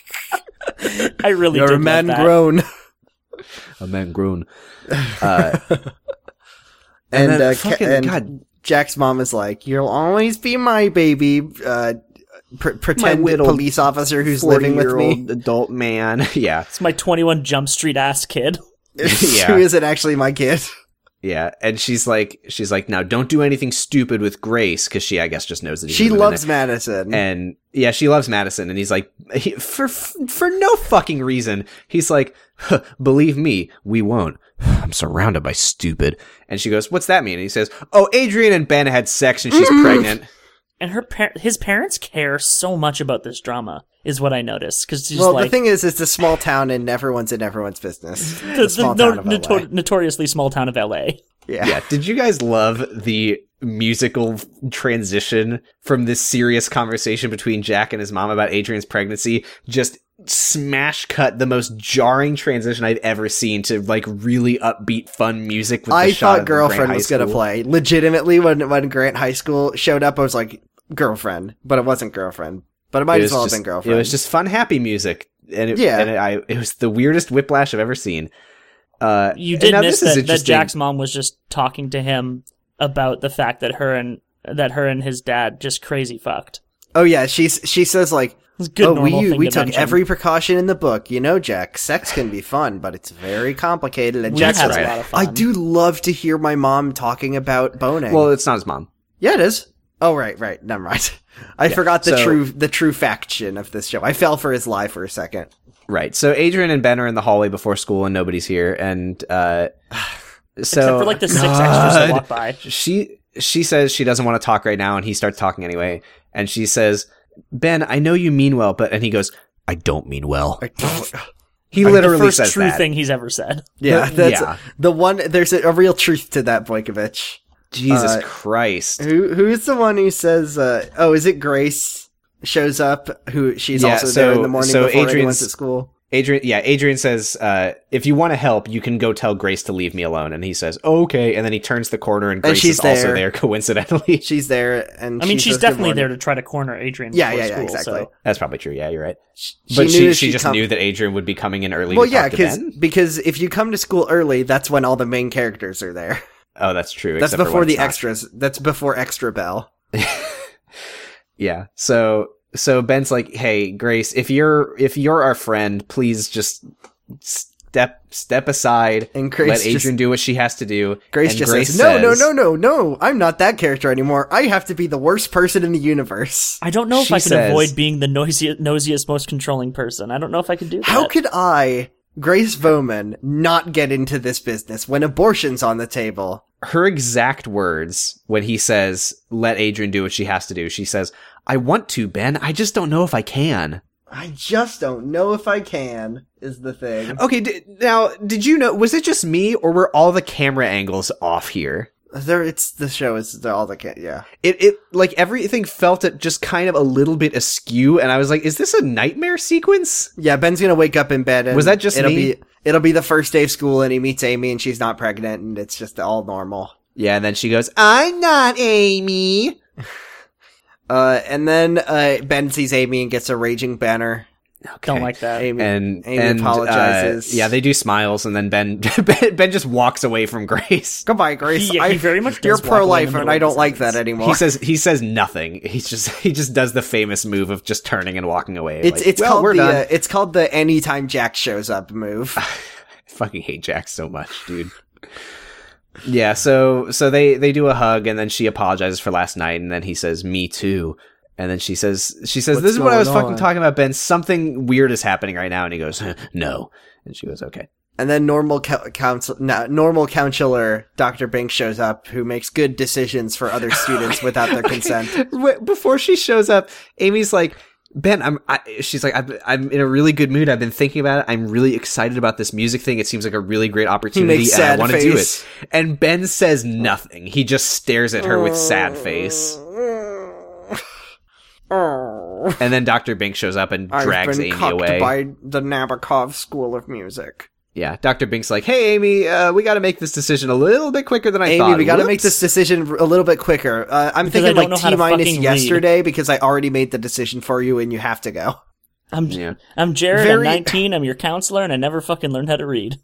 I really You're did a man love that. grown. a man grown. Uh, (laughs) And, then uh, ca- fucking and God, (laughs) Jack's mom is like, "You'll always be my baby." Uh, pr- pretend whittled police officer who's living with me. (laughs) 40-year-old adult man. yeah. It's my 21 Jump Street ass kid. (laughs) Yeah. who isn't actually my kid. Yeah, and she's like, she's like, now don't do anything stupid with Grace because she, I guess, just knows that he's She living loves there. Madison. And yeah, she loves Madison, and he's like, he, for for no fucking reason, he's like, "Huh, believe me, we won't. (sighs) I'm surrounded by stupid. And she goes, what's that mean? And he says, oh, Adrian and Ben had sex, and (clears throat) she's pregnant. And her par- his parents care so much about this drama, is what I noticed. Because she's well, like, the thing is, it's a small town, and everyone's in everyone's business. (laughs) the, The small the town no- of LA. noto- notoriously small town of LA. Yeah. Yeah. Did you guys love the musical transition from this serious conversation between Jack and his mom about Adrian's pregnancy? Just smash cut the most jarring transition I've ever seen to like really upbeat fun music with the I shot thought of Grant girlfriend High was gonna School. play. Legitimately, when when Grant High School showed up, I was like, girlfriend, but it wasn't girlfriend. But it might It was as well just- have been girlfriend. It was just fun, happy music, and it, Yeah. and it, I, it was the weirdest whiplash I've ever seen. Uh, You and did now miss this is that, that interesting. Jack's mom was just talking to him about the fact that her and that her and his dad just crazy fucked. oh yeah, she she says like, It's a good oh, we normal thing we to took mention. every precaution in the book. You know, Jack, sex can be fun, but it's very complicated. And We Jack's had a right. lot of I fun. do love to hear my mom talking about boning. Well, it's not his mom. yeah, it is. Oh right, right. Never mind. (laughs) I forgot the so- true the true faction of this show. I fell for his lie for a second. Right. So Adrian and Ben are in the hallway before school, and nobody's here. And uh, so except for like the six extras that God. walk (laughs) by. she she says she doesn't want to talk right now, and he starts talking anyway. And she says, "Ben, I know you mean well, but," and he goes, "I don't mean well." I don't- He Like, literally the first says true that. thing he's ever said. (laughs) yeah, The- (laughs) that's yeah. the one. There's a, a real truth to that, Boykovich. Jesus Uh, Christ! Who who is the one who says? Uh, oh, is it Grace? Shows up. Who she's Yeah, also there in so- the morning so before Adrian's- anyone's at school. Adrian, yeah, Adrian says, uh, "If you want to help, you can go tell Grace to leave me alone." And he says, "Okay." And then he turns the corner, and Grace she's is also there. there (laughs) coincidentally. She's there, and I mean, she she's says, "Good definitely morning." there to try to corner Adrian. Yeah, before yeah, yeah, school, exactly. So. That's probably true. Yeah, you're right. She But she, knew she, she'd just come- knew that Adrian would be coming in early. Well, to yeah, talk to because Ben. because if you come to school early, that's when all the main characters are there. oh, that's true. That's except for when before the it's not. extras. That's before extra bell. Yeah. So so Ben's like, "Hey, Grace, if you're if you're our friend, please just step step aside. And Grace let just- Adrian do what she has to do." Grace And just says, "No, no, says- no, no, no! I'm not that character anymore. I have to be the worst person in the universe. I don't know if She I can says- avoid being the noisiest, nosiest, most controlling person. I don't know if I can do that. How could I, Grace Bowman, not get into this business when abortion's on the table?" Her exact words when he says, "Let Adrian do what she has to do." She says, "I want to, Ben. I just don't know if I can." I just don't know if I can. Is the thing? Okay, d- now did you know? Was it just me, or were all the camera angles off here? There, it's the show is the, all the can. Yeah, it it like everything felt at just kind of a little bit askew and i was like is this a nightmare sequence yeah. Ben's gonna wake up in bed. And Was that just it'll me? Be, it'll be the first day of school, and he meets Amy, and she's not pregnant, and it's just all normal. yeah and then she goes i'm not amy Uh, and then uh, Ben sees Amy and gets a raging banner. Don't like that. Amy and Amy and, uh, apologizes. yeah they do smiles and then ben, (laughs) ben ben just walks away from grace goodbye, Grace. He- he I, very much you're does walk away in the pro life, middle and of I the don't like that sentence. anymore. he says he says nothing he's just he just does the famous move of just turning and walking away it's Like, it's well, called we're the done uh, it's called the anytime Jack shows up move. (sighs) I fucking hate Jack so much, dude. (laughs) yeah, so so they they do a hug and then she apologizes for last night and then he says me too. And then she says she says What's this is what I was going fucking on? (laughs) talking about Ben, something weird is happening right now and he goes "Huh, no. And she goes okay. And then normal co- counsel, no, normal counselor Dr. Bink shows up, who makes good decisions for (laughs) other students without their consent. (laughs) Wait, Before she shows up, Amy's like, Ben, I'm. I, she's like, I'm, I'm in a really good mood. I've been thinking about it. I'm really excited about this music thing. It seems like a really great opportunity, makes and I sad want to do face. it. And Ben says nothing. He just stares at her with sad face. And then Doctor Bink shows up and drags I've been Amy cucked away. by the Nabokov School of Music. yeah, Doctor Bink's like, "Hey, Amy, uh, we got to make this decision a little bit quicker than I Amy, thought." we got to make Whoops." this decision a little bit quicker. Uh, I'm Because I thinking don't know like how T to minus fucking read. yesterday because I already made the decision for you and you have to go. I'm Yeah. (laughs) I'm Jared. I'm Very- 19. I'm your counselor, and I never fucking learned how to read.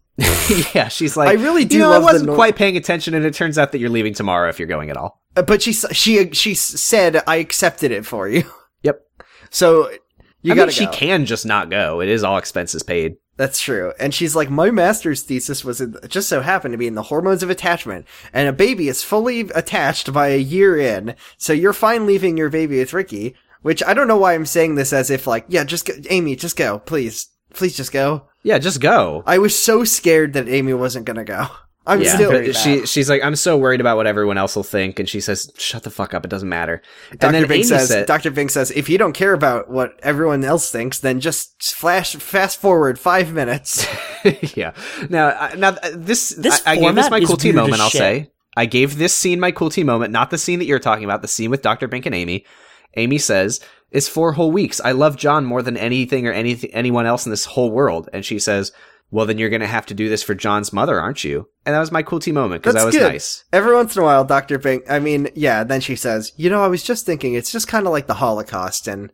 yeah, she's like, I really do You know, love I the wasn't nor- quite paying attention, and it turns out that you're leaving tomorrow if you're going at all. Uh, But she s- she she s- said I accepted it for you. (laughs) Yep. So you I got mean, to she go. can just not go. It is all expenses paid. That's true. And she's like, my master's thesis was in, just so happened to be in the hormones of attachment, and a baby is fully attached by a year in, so you're fine leaving your baby with Ricky. Which I don't know why I'm saying this as if like, yeah, just go, Amy, just go, please, please, just go. Yeah, just go. I was so scared that Amy wasn't gonna go. I'm yeah, still but she she's like, I'm so worried about what everyone else will think, and she says, "Shut the fuck up. It doesn't matter." and Dr. then Bing Amy says, said, Dr. Bing says, if you don't care about what everyone else thinks, then just flash, fast forward five (laughs) minutes. "Yeah, now I- now uh, this, This I, I gave this format my is cool tea weird as moment. I'll shit. say I gave this scene my cool tea moment, not the scene that you're talking about, the scene with Doctor Bink and Amy. Amy says, "It's four whole weeks. I love John more than anything or anything anyone else in this whole world." And she says, "Well, then you're gonna have to do this for John's mother, aren't you?" And that was my cool tea moment because that was nice. Every once in a while, Dr. Bing, I mean, yeah, then she says, you know, I was just thinking, it's just kind of like the Holocaust, and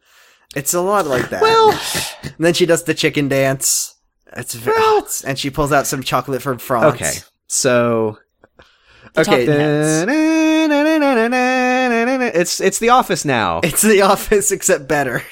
it's a lot like that. Well- and then she does the chicken dance. It's very, (laughs) and she pulls out some chocolate from (sighs) France. Okay. So Okay. It's it's the office now. It's the (laughs) office, except better.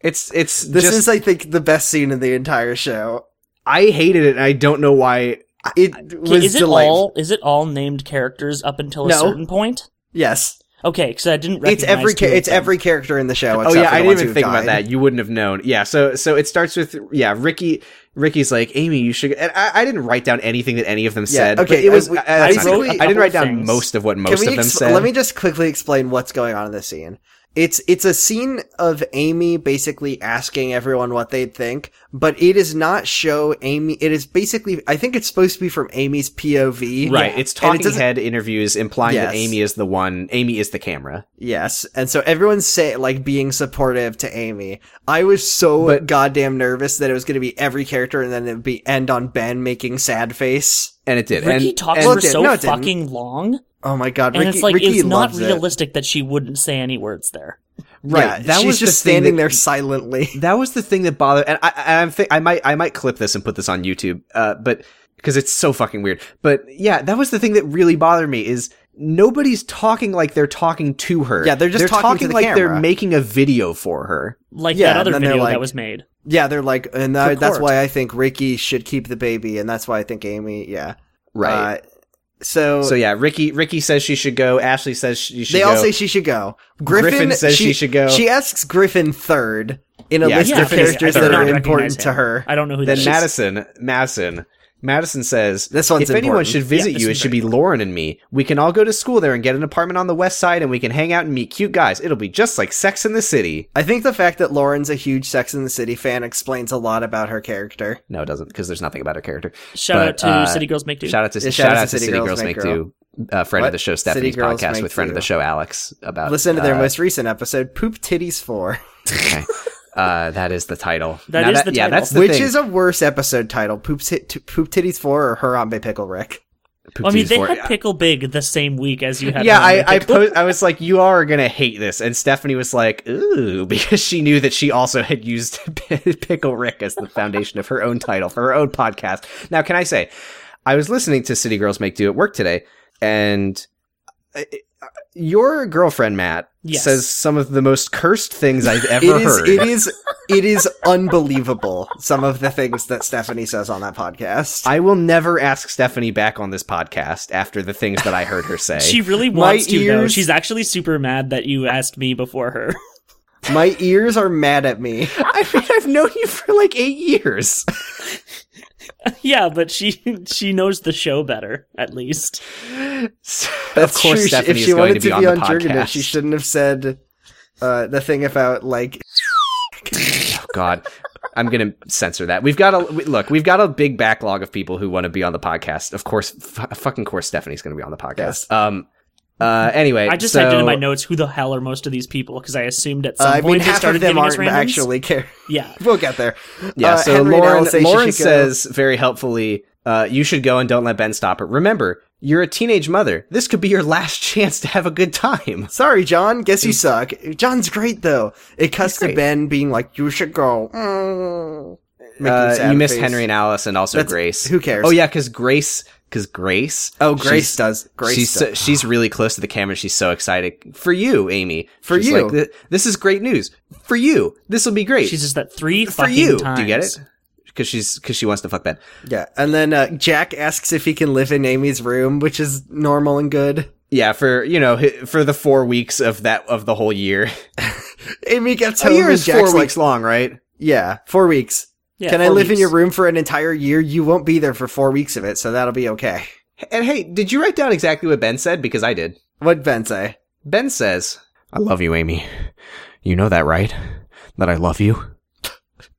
It's it's This just, is, I think, the best scene in the entire show. I hated it and I don't know why. It was is it delightful. all is it all named characters up until a No. certain point? yes. Okay, because I didn't. It's every recognize two ca- of it's them. every character in the show. Oh except yeah, for the I didn't ones even who've think about died. that. You wouldn't have known. Yeah, so so it starts with yeah, Ricky Ricky's like, "Amy, you should and I, I didn't write down anything that any of them said. okay, but it was I- we- uh, that's not I wrote good. a I didn't couple write down things. most of what Can most we of them ex- said. Let me just quickly explain what's going on in this scene. It's it's a scene of Amy basically asking everyone what they think, but it is not show Amy. It is basically I think it's supposed to be from Amy's POV. right, it's And it talking doesn't- head interviews implying Yes. that Amy is the one. Amy is the camera. Yes, and so everyone's say like being supportive to Amy. I was so But- goddamn nervous that it was going to be every character, and then it'd be end on Ben making sad face. And it did. Ricky and, talks and- Well, for it didn't. so No, it didn't. fucking long, Oh my god, and Ricky, it's like Ricky it's not loves it. realistic that she wouldn't say any words there. right. Yeah, that she's was the just thing standing that- (laughs) there silently. that was the thing that bothered and i and i'm think i might i might clip this and put this on youtube uh but because it's so fucking weird but yeah that was the thing that really bothered me is nobody's talking like they're talking to her Yeah, they're just talking to the like they're camera. making a video for her Like Yeah, that and other then they're video like- that was made. Yeah, they're like, and I, that's court. why I think Ricky should keep the baby, and that's why I think Amy, yeah, Uh, so, so yeah ricky ricky says she should go ashley says she should they go all say she should go. Griffin, Griffin says she should go. She asks Griffin third in a Yeah, list yeah, of okay, I characters did that not are recognize important to him. her. I don't know who then that is. madison madison madison says This one's if anyone important. should visit Yeah, this you it one's should be lauren and me we can all go to school there and get an apartment on the west side and we can hang out and meet cute guys it'll be just like sex in the city I think the fact that Lauren's a huge Sex and the City fan explains a lot about her character. No, it doesn't, because there's nothing about her character. Shout But, out to uh, City Girls Make Do. Shout out to Yeah, shout, out to City, Girls, Make Do, uh, friend What? of the show City Stephanie's Girls podcast Make with friend of Do. the show Alex about. Listen to their uh, most recent episode, "Poop Titties (laughs) 4, (laughs) okay. uh, that is the title. That Now is the Yeah, title. that's the which thing. is a worse episode title, "Poop, Tit- T- Poop Titties Four or Harambe Pickle Rick. Well, I mean, they for- had Pickle Big the same week as you had. yeah, Harambe I I, Pickle. po- I (laughs) was like, you are gonna hate this, and Stephanie was like, ooh, (laughs) because she knew that she also had used (laughs) Pickle Rick as the foundation of her own title for her own podcast. Now, can I say, I was listening to City Girls Make Do at work today, and uh, uh, your girlfriend Matt Yes. says some of the most cursed things (laughs) I've It ever is, heard. it is it is unbelievable some of the things that Stephanie says on that podcast. I will never ask Stephanie back on this podcast after the things that I heard (laughs) her say. (laughs) She really wants to though. ears- She's actually super mad that you asked me before her. My ears are mad at me. I mean, I've known you for like eight years. yeah, but she (laughs) she knows the show better, at least. of course, She- Stephanie if is she going wanted to be on the Jurgenit, podcast. she shouldn't have said uh, the thing about like Oh, God, I'm gonna censor that. We've got a we- look. We've got a big backlog of people who want to be on the podcast. Of course, f- fucking course, Stephanie's gonna be on the podcast. Yes. Um. Uh. Anyway, I just so, typed in my notes who the hell are most of these people because I assumed at some uh, I point mean they half started of them giving us aren't randoms. actually care. (laughs) Yeah, We'll get there. Yeah. Uh, so Henry and Lauren, Ellen say she Lauren should go- says very helpfully, uh, "You should go and don't let Ben stop it. Remember, you're a teenage mother. This could be your last (laughs) chance to have a good time." Sorry, John. Guess you suck. John's great though. It cuts to Mm. great. Ben being like, "You should go." Mm. Making Uh, sad you miss face. Henry and Alice, and also That's- Grace. who cares? Oh yeah, because Grace, because Grace. Oh, Grace she's- does. Grace she's does. so, she's really close to the camera. She's so excited for you, Amy. For you. this is great news for you. This will be great she says that three for fucking you. times. Do you get it? Because she's because she wants to fuck Ben. yeah. And then uh, Jack asks if he can live in Amy's room, which is normal and good. Yeah, for you know hi- for the four weeks of that of the whole year. Amy gets A home year and is Jack's four like, weeks long, right? "Yeah, four weeks. Yeah, can I four live in weeks. your room for an entire year? You won't be there for four weeks of it, so that'll be okay." And hey, did you write down exactly what Ben said? Because I did. What Ben say? Ben says, "I love you, Amy. You know that, right? That I love you."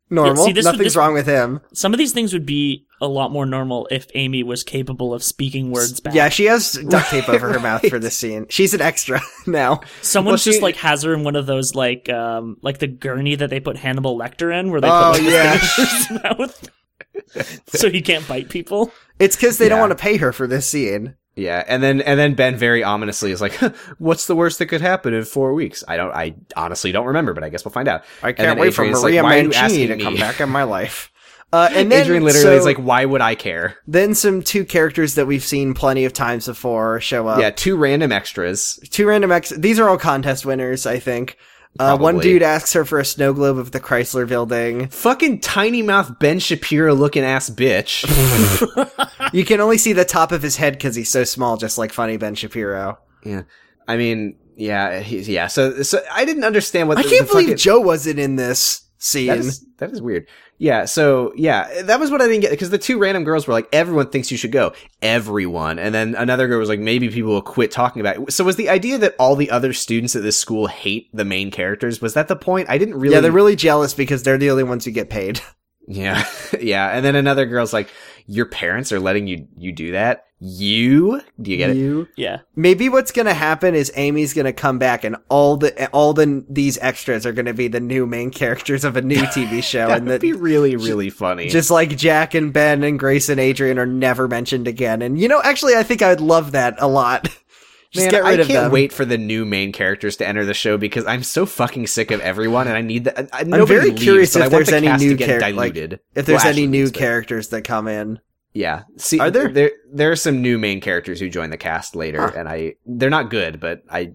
Normal. see, this would- Nothing's this- wrong with him. Some of these things would be a lot more normal if Amy was capable of speaking words back. Yeah, she has duct tape over (laughs) her mouth for this scene. She's an extra (laughs) now. Someone Well, just she- like has her in one of those like um like the gurney that they put Hannibal Lecter in, where they Oh, put like, yeah. the thing in his (laughs) mouth, (laughs) so he can't bite people. It's because they don't Yeah. want to pay her for this scene. Yeah, and then and then Ben very ominously is like, (laughs) "Huh, "What's the worst that could happen in four weeks?" I don't, I honestly don't remember, but I guess we'll find out. I And can't then wait for Adrian's like, Maria "Why are you Mancini asking to come me?" back in my life. Uh, and (laughs) then Adrian literally so is like, "Why would I care?" then some two characters that we've seen plenty of times before show up. yeah, two random extras. Two random ex. These are all contest winners, I think. Uh, one Probably. dude asks her for a snow globe of the Chrysler Building. Fucking tiny mouth Ben Shapiro looking ass bitch. (laughs) you can only see the top of his head because he's so small, just like funny Ben Shapiro. yeah, I mean, yeah, he's yeah. So so I didn't understand what I the, can't the believe fucking- Joe wasn't in this scene. That is, that is weird. Yeah. So yeah, that was what I didn't get because the two random girls were like, everyone thinks you should go, everyone, and then another girl was like, maybe people will quit talking about it. So was the idea that all the other students at this school hate the main characters? Was that the point? I didn't really. Yeah, they're really jealous because they're the only ones who get paid. Yeah, yeah. And then another girl's like, your parents are letting you you do that. You do (laughs) you get it? You- Yeah, Maybe what's gonna happen is Amy's gonna come back, and all the all the these extras are gonna be the new main characters of a (laughs) new TV show, That and would be that really really funny. just like Jack and Ben and Grace and Adrian are never mentioned again. And you know, actually, I think I would love that a lot. (laughs) just Man, get rid I of can't them. wait for the new main characters to enter the show because I'm so fucking sick of everyone, and I need that. I, I'm very curious if I want there's the any cast new to get character, like, diluted. if there's Well, any Ashley new is, but- characters that come in. yeah. See, Are there? there there are some new main characters who join the cast later, Huh. and I they're not good, but I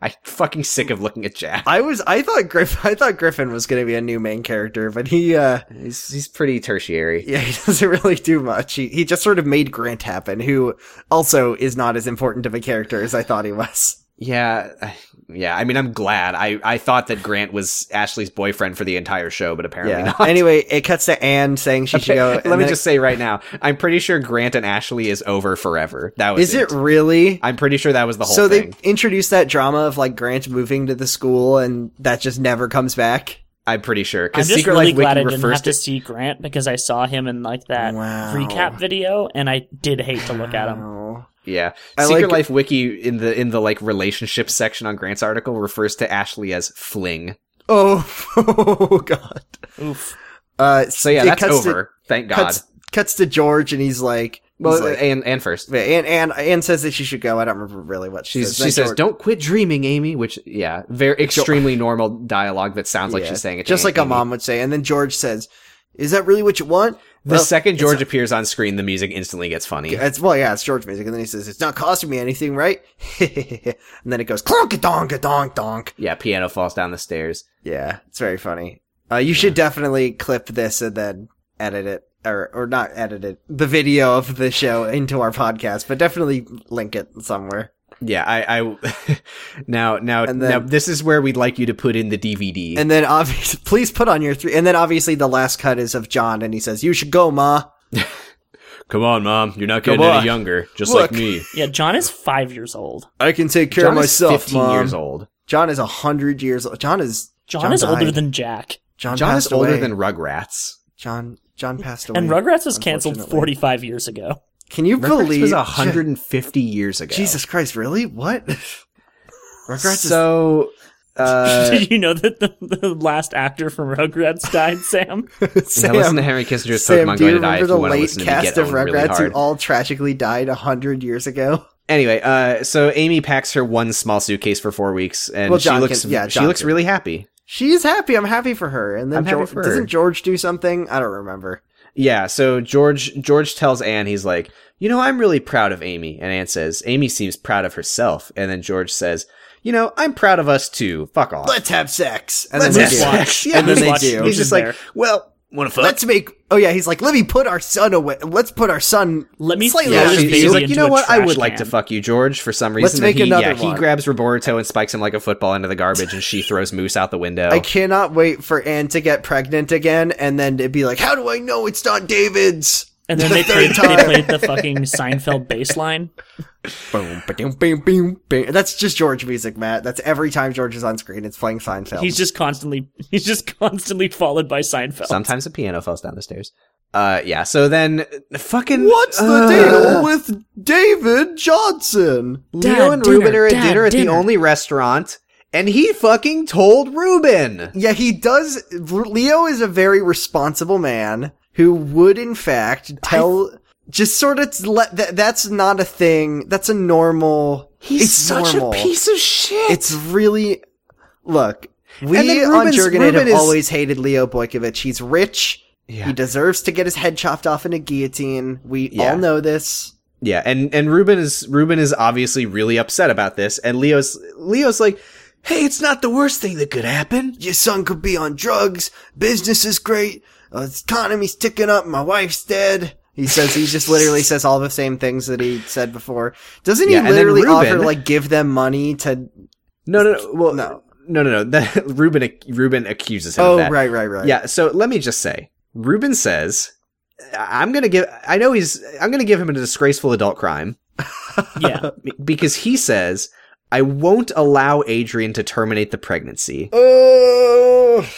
I fucking sick of looking at (laughs) Jack. I was I thought Griff (laughs) I thought Griffin was gonna be a new main character, but he uh He's he's pretty tertiary. Yeah, (laughs) he doesn't really do much. He he just sort of made Grant happen, who also is not as important of a character as I thought he was. Yeah, I- yeah. I mean, I'm glad. I I thought that Grant was Ashley's boyfriend for the entire show, but apparently Yeah. not. anyway, it cuts to Anne saying she should go. (laughs) and Let me then- just say right now, I'm pretty sure Grant and Ashley is over forever. That was Is it really? I'm pretty sure that was the whole So they thing. introduced that drama of like Grant moving to the school, and that just never comes back. I'm pretty sure I'm because just Secret really Life glad Wiki I didn't refers have to to. see Grant because I saw him in like that Wow. recap video, and I did hate to look at him. Oh. Yeah, I Secret like- Life Wiki in the in the like relationship section on Grant's article refers to Ashley as fling. Oh, (laughs) oh God. Oof. Uh, So yeah, it that's cuts to- over. Thank God. Cuts cuts to George, and he's like, well, he's like- and and first, and Anne Anne says that she should go. I don't remember really what she she's, says. Then she says, George- "Don't quit dreaming, Amy." Which yeah, very extremely normal dialogue that sounds like Yeah, she's saying it, to just Aunt like a Amy. mom would say. And then George says, "Is that really what you want?" The Well, second it's George not- appears on screen, the music instantly gets funny. it's well, yeah, it's George music, and then he says, "It's not costing me anything, right?" (laughs) and then it goes clonk a donk a donk donk. Yeah, piano falls down the stairs. Yeah, it's very funny. Uh, you should definitely clip this and then edit it, or or not edit it, the video of the show into our podcast, but definitely link it somewhere. Yeah, I, I (laughs) now now And now then- this is where we'd like you to put in the DVD. (laughs) And then obviously, please put on your three. And then obviously, the last cut is of John, and he says, "You should go, ma." Come on, mom. You're not getting Come any on. younger, just like Look. me. Yeah, John is five years old. I can take care John is of myself, 15 Mom. years old. John is hundred years old. John is John, is older died. than Jack. John. John is passed older away. than Rugrats. John. John passed away. And Rugrats was canceled unfortunately. 45 years ago. Can you Rugrats believe was 150 years ago. (laughs) Jesus Christ! Really? What? (laughs) Rugrats is So, uh, (laughs) Did you know that the, the last actor from Rugrats died, Sam? (laughs) yeah, Sam. listen to Henry Kissinger's Sam, Pokemon do you Going to Die remember if you the want to late listen to me cast get of owned really Rugrats hard. who all tragically died a hundred years ago? (laughs) anyway, uh, so Amy packs her one small suitcase for four weeks, and Well, she John looks can- yeah, she John looks can. really happy. She's happy. I'm happy for her. And then I'm happy George, for her. doesn't George do something? I don't remember. Yeah, so George George tells Anne he's like, "You know, I'm really proud of Amy." And Anne says, "Amy seems proud of herself." And then George says, "You know, I'm proud of us too. Fuck off." Let's have sex. And Let's then have they do. sex. Yeah, And and let's then they watch- do. he's George just is like, there. "Well, want to fuck?" Let's make. Oh yeah, he's like, let me put our son away. Let's put our son. Let me slightly throw out yeah, of this she, his baby she's like, into you know a what? I trash would like to can." fuck you, George, for some reason. Let's And make he, another yeah, one. he grabs Roboruto and spikes him like a football into the garbage, and she throws Moose out the window. I cannot wait for Anne to get pregnant again, and then to be like, how do I know it's not David's? And (laughs) then they played, they played the fucking Seinfeld bass line. Boom, ba-doom, boom, boom, boom. That's just George music, Matt. That's every time George is on screen. It's playing Seinfeld. He's just constantly he's just constantly followed by Seinfeld. Sometimes a piano falls down the stairs. Uh, yeah. So then, fucking What's the uh, deal with David Johnson? Leo Dad, and dinner, Ruben are at Dad, dinner at the dinner. only restaurant, and he fucking told Ruben. Yeah, he does. Leo is a very responsible man who would, in fact, tell. just sort of let that, that's not a thing. That's a normal. He's it's such normal. a piece of shit. It's really look. We And then on Ruben's- Jurgenate Ruben have is- always hated Leo Boykovich. He's rich. Yeah. He deserves to get his head chopped off in a guillotine. We Yeah. all know this. yeah, and and Ruben is Ruben is obviously really upset about this, and Leo's Leo's like, hey, it's not the worst thing that could happen. Your son could be on drugs. Business is great. Uh, his economy's ticking up. My wife's dead. He says he just literally says all the same things that he said before. Doesn't Yeah, and he then literally Ruben- offer to, like give them money to? No, no, no. Well, No. no, no, no. (laughs) no. That, Ruben, ac- Ruben accuses him. Oh, of that. right, right, right. Yeah. So let me just say, Ruben says, I- "I'm gonna give. I know he's. I'm gonna give him a disgraceful adult crime yeah. be- because he says." I won't allow Adrian to terminate the pregnancy. Oh,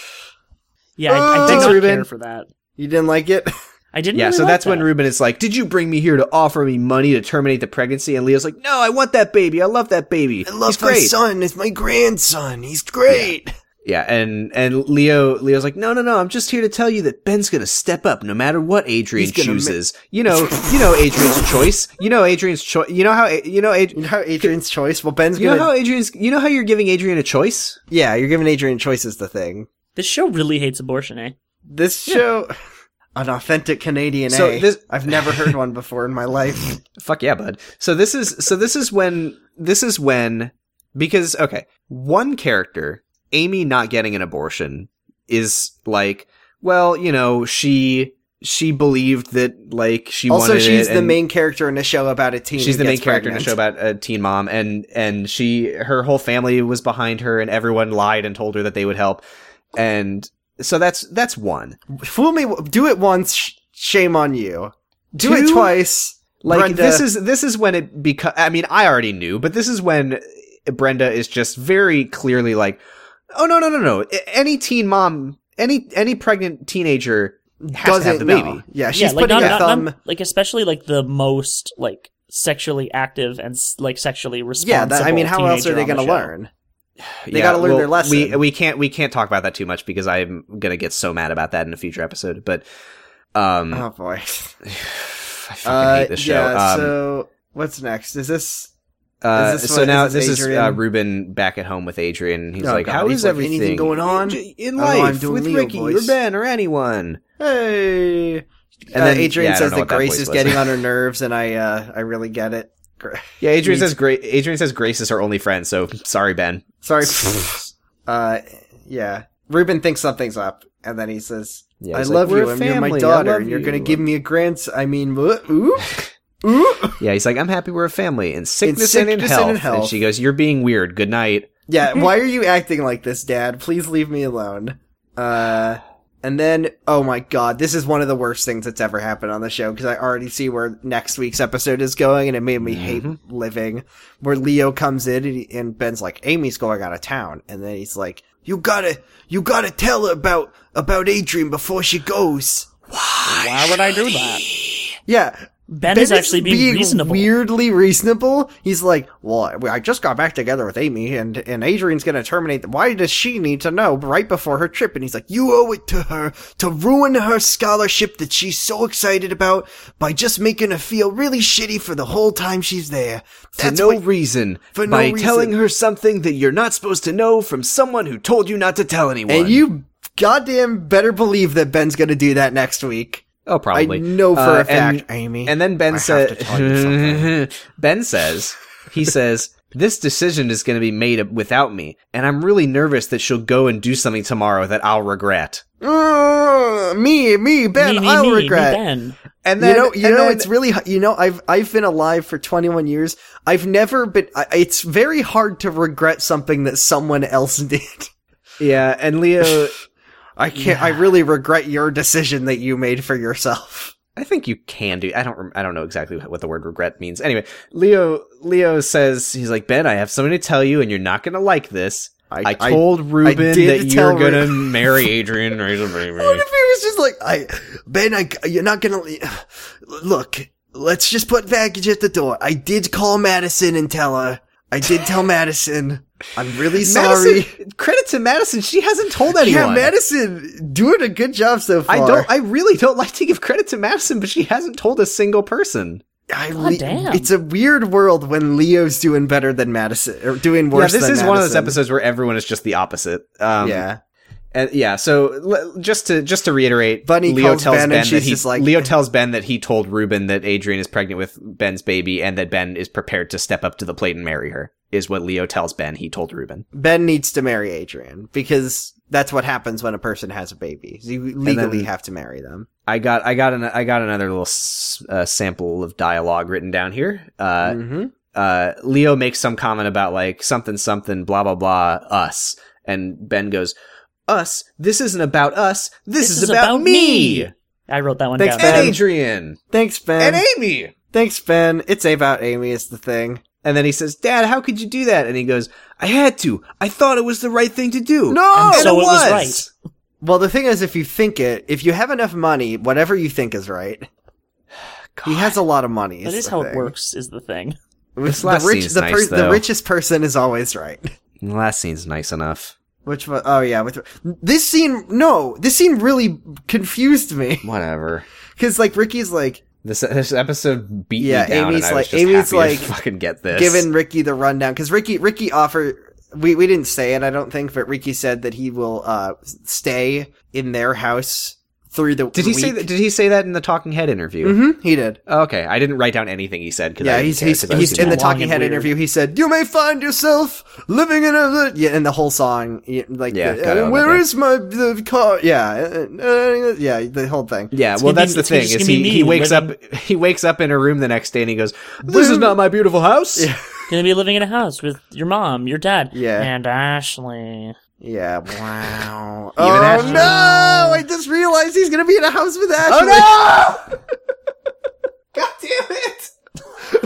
Yeah, (laughs) I, I did Oh, not Ruben. care for that. you didn't like it. I didn't yeah, really so like that's that. when Ruben is like, "Did you bring me here to offer me money to terminate the pregnancy?" And Leo's like, "No, I want that baby. I love that baby. I love He's my great." son. It's my grandson. He's great. Yeah, and and Leo Leo's like, no, no, no, I'm just here to tell you that Ben's gonna step up no matter what Adrian He's gonna ma- chooses. you know, you know Adrian's choice. You know Adrian's choice. You know how you know You know Ad- how Adrian's choice? Well, Ben's you know gonna. how Adrian's you know how you're giving Adrian a choice. yeah, you're giving Adrian choice is the thing. This show really hates abortion, eh? This show, (laughs) an authentic Canadian. So eh? this- I've never heard one before in (laughs) my life. Fuck yeah, bud. So this is so this is when this is when because okay, one character, Amy not getting an abortion is like, well, you know, she she believed that like she Also, wanted she's it the and- main character in a show about a teen. she's who the main gets character in the pregnant. show about a teen mom and and she her whole family was behind her and everyone lied and told her that they would help and so that's that's one Fool me, do it once, sh- shame on you. Do it Two, twice. like Brenda. this is this is when it beca- i mean i already knew but this is when brenda is just very clearly like oh no no no no A- any teen mom any any pregnant teenager has doesn't to have the baby know. Yeah, she's yeah, like putting not, her not, thumb. not like especially like the most like sexually active and s- like sexually responsible. yeah, that, I mean, how else teenager are they on the going to show. learn? They gotta learn their lesson. We we can't we can't talk about that too much because I'm gonna get so mad about that in a future episode. But um, Oh (sighs) boy. I fucking Uh, hate this show. yeah. um, so what's next? Is this? uh, is this so what- now is this this is uh, Adrian? Ruben back at home with Adrian. He's Oh, like, God, "How is he's like, everything anything going on? j- in I don't know why I'm life doing with Leo Ricky voice." or Ben or anyone?" Hey. And And then- Adrian yeah, I don't says know that what that Grace voice is was. getting on her nerves, and I uh, I really get it. Gr- Yeah, Adrian Me says. Gra- Adrian says Grace is her only friend. So sorry, Ben. (laughs) Sorry. uh, yeah. Ruben thinks something's up, and then he says, Yeah, "I he's love like, you. "We're a I'm you're my family. I daughter, love and you're gonna you." give me a grandson. I mean, wha- ooh, (laughs) ooh." Yeah, he's like, "I'm happy we're a family in sickness, and, in sickness and health. in health. And she goes, "You're being weird. Good night." Yeah, why are you acting like this, Dad? Please leave me alone. Uh, And then, oh my god, this is one of the worst things that's ever happened on the show because I already see where next week's episode is going and it made me hate living. Where Leo comes in and, he, and Ben's like, Amy's going out of town. And then he's like, you gotta, you gotta tell her about, about Adrian before she goes. Why would I do that? Yeah. Ben is actually being reasonable. Weirdly reasonable. He's like, well, I- I just got back together with Amy, and and Adrian's gonna terminate. The- Why does she need to know right before her trip? And he's like, you owe it to her to ruin her scholarship that she's so excited about by just making her feel really shitty for the whole time she's there. For That's no what- reason. for no by reason. telling her something that you're not supposed to know from someone who told you not to tell anyone. and you goddamn better believe that Ben's gonna do that next week. Oh, probably. I know for Uh, a fact, and- Amy. And then I Ben have says, to tell you something. (laughs) Ben says, he says, this decision is going to be made without me, and I'm really nervous that she'll go and do something tomorrow that I'll regret. Mm, me, me, Ben, me, me, I'll me, me, regret. Ben. And then, you know, you and know, then- it's really h- you know, I've I've been alive for 21 years. I've never been. I, it's very hard to regret something that someone else did. (laughs) yeah. And Leo, I can't. I really regret your decision that you made for yourself. I think you can do. I don't. rem- I don't know exactly what the word regret means. Anyway, Leo. Leo says he's like Ben. I have something to tell you, and you're not going to like this. I, told Ruben did that you tell were going to (laughs) Ru- marry (laughs) Adrian. Raisin Baby. What if he was just like, I, Ben, I, you're not gonna (sighs) le- look. Let's just put baggage at the door. I did call Madison and tell her. I did (laughs) tell Madison. I'm really sorry. Madison, credit to Madison. She hasn't told anyone. yeah, Madison doing a good job so far. I don't. I really don't like to give credit to Madison, but she hasn't told a single person. I God le- damn. It's a weird world when Leo's doing better than Madison, or doing worse. yeah, this than is one of those Madison. episodes where everyone is just the opposite. Um, yeah, and yeah. So l- just to just to reiterate, Bunny Leo calls tells Ben Ben, and that she's he just like- Leo tells Ben that he told Ruben that Adrian is pregnant with Ben's baby, and that Ben is prepared to step up to the plate and marry her. Is what Leo tells Ben. He told Ruben. Ben needs to marry Adrian because that's what happens when a person has a baby. You legally then- have to marry them. I got I got an I got another little s- uh, sample of dialogue written down here. Uh, hmm uh, Leo makes some comment about like something, something, blah, blah, blah, us. And Ben goes, Us? This isn't about us. This, is, about, me. I wrote that one Thanks, down. Ben. Ben. And Adrian. Thanks, Ben. And Amy. Thanks, Ben. It's about Amy. It's the thing. And then he says, Dad, how could you do that? And he goes, I had to. I thought it was the right thing to do. No! And So it was Well, the thing is, if you think it, if you have enough money, whatever you think is right. He has a lot of money. That is is the how it thing. works. Is the thing. This The last rich, scene's the, nice, per- the though. richest person is always right. The last scene's nice enough. Which one? Oh yeah, which one? This scene? No, this scene really confused me (laughs) Whatever. because like Ricky's like This, this episode beat Yeah, me down, and Amy's I was like- just Amy's happy like, to fucking get this. giving Ricky the rundown because Ricky Ricky offer we we didn't say it I don't think but Ricky said that he will uh stay in their house through the did he say that? Did he say that in the Talking Head interview? Oh, Mm-hmm, he did. Okay, I didn't write down anything he said. 'cause I Yeah, didn't he's care, he's, 'cause I was he's too in the long Talking and Head weird. interview. He said, "You may find yourself living in a yeah," and the whole song. Yeah, like, Yeah, the, got it uh, on where that, yeah. is my the car? Yeah, uh, uh, yeah, the whole thing. Yeah, It's well, gonna that's be- the it's thing gonna- it's is gonna be he, me he wakes living- up he wakes up in a room the next day and he goes, "This is Living- not my beautiful house." Gonna be living in a house with your mom, your dad, Yeah. and Ashley. Yeah. Wow. (laughs) Even oh Ashley. no! I just realized he's gonna be in a house with Ashley. Oh no! (laughs) God damn it! (laughs)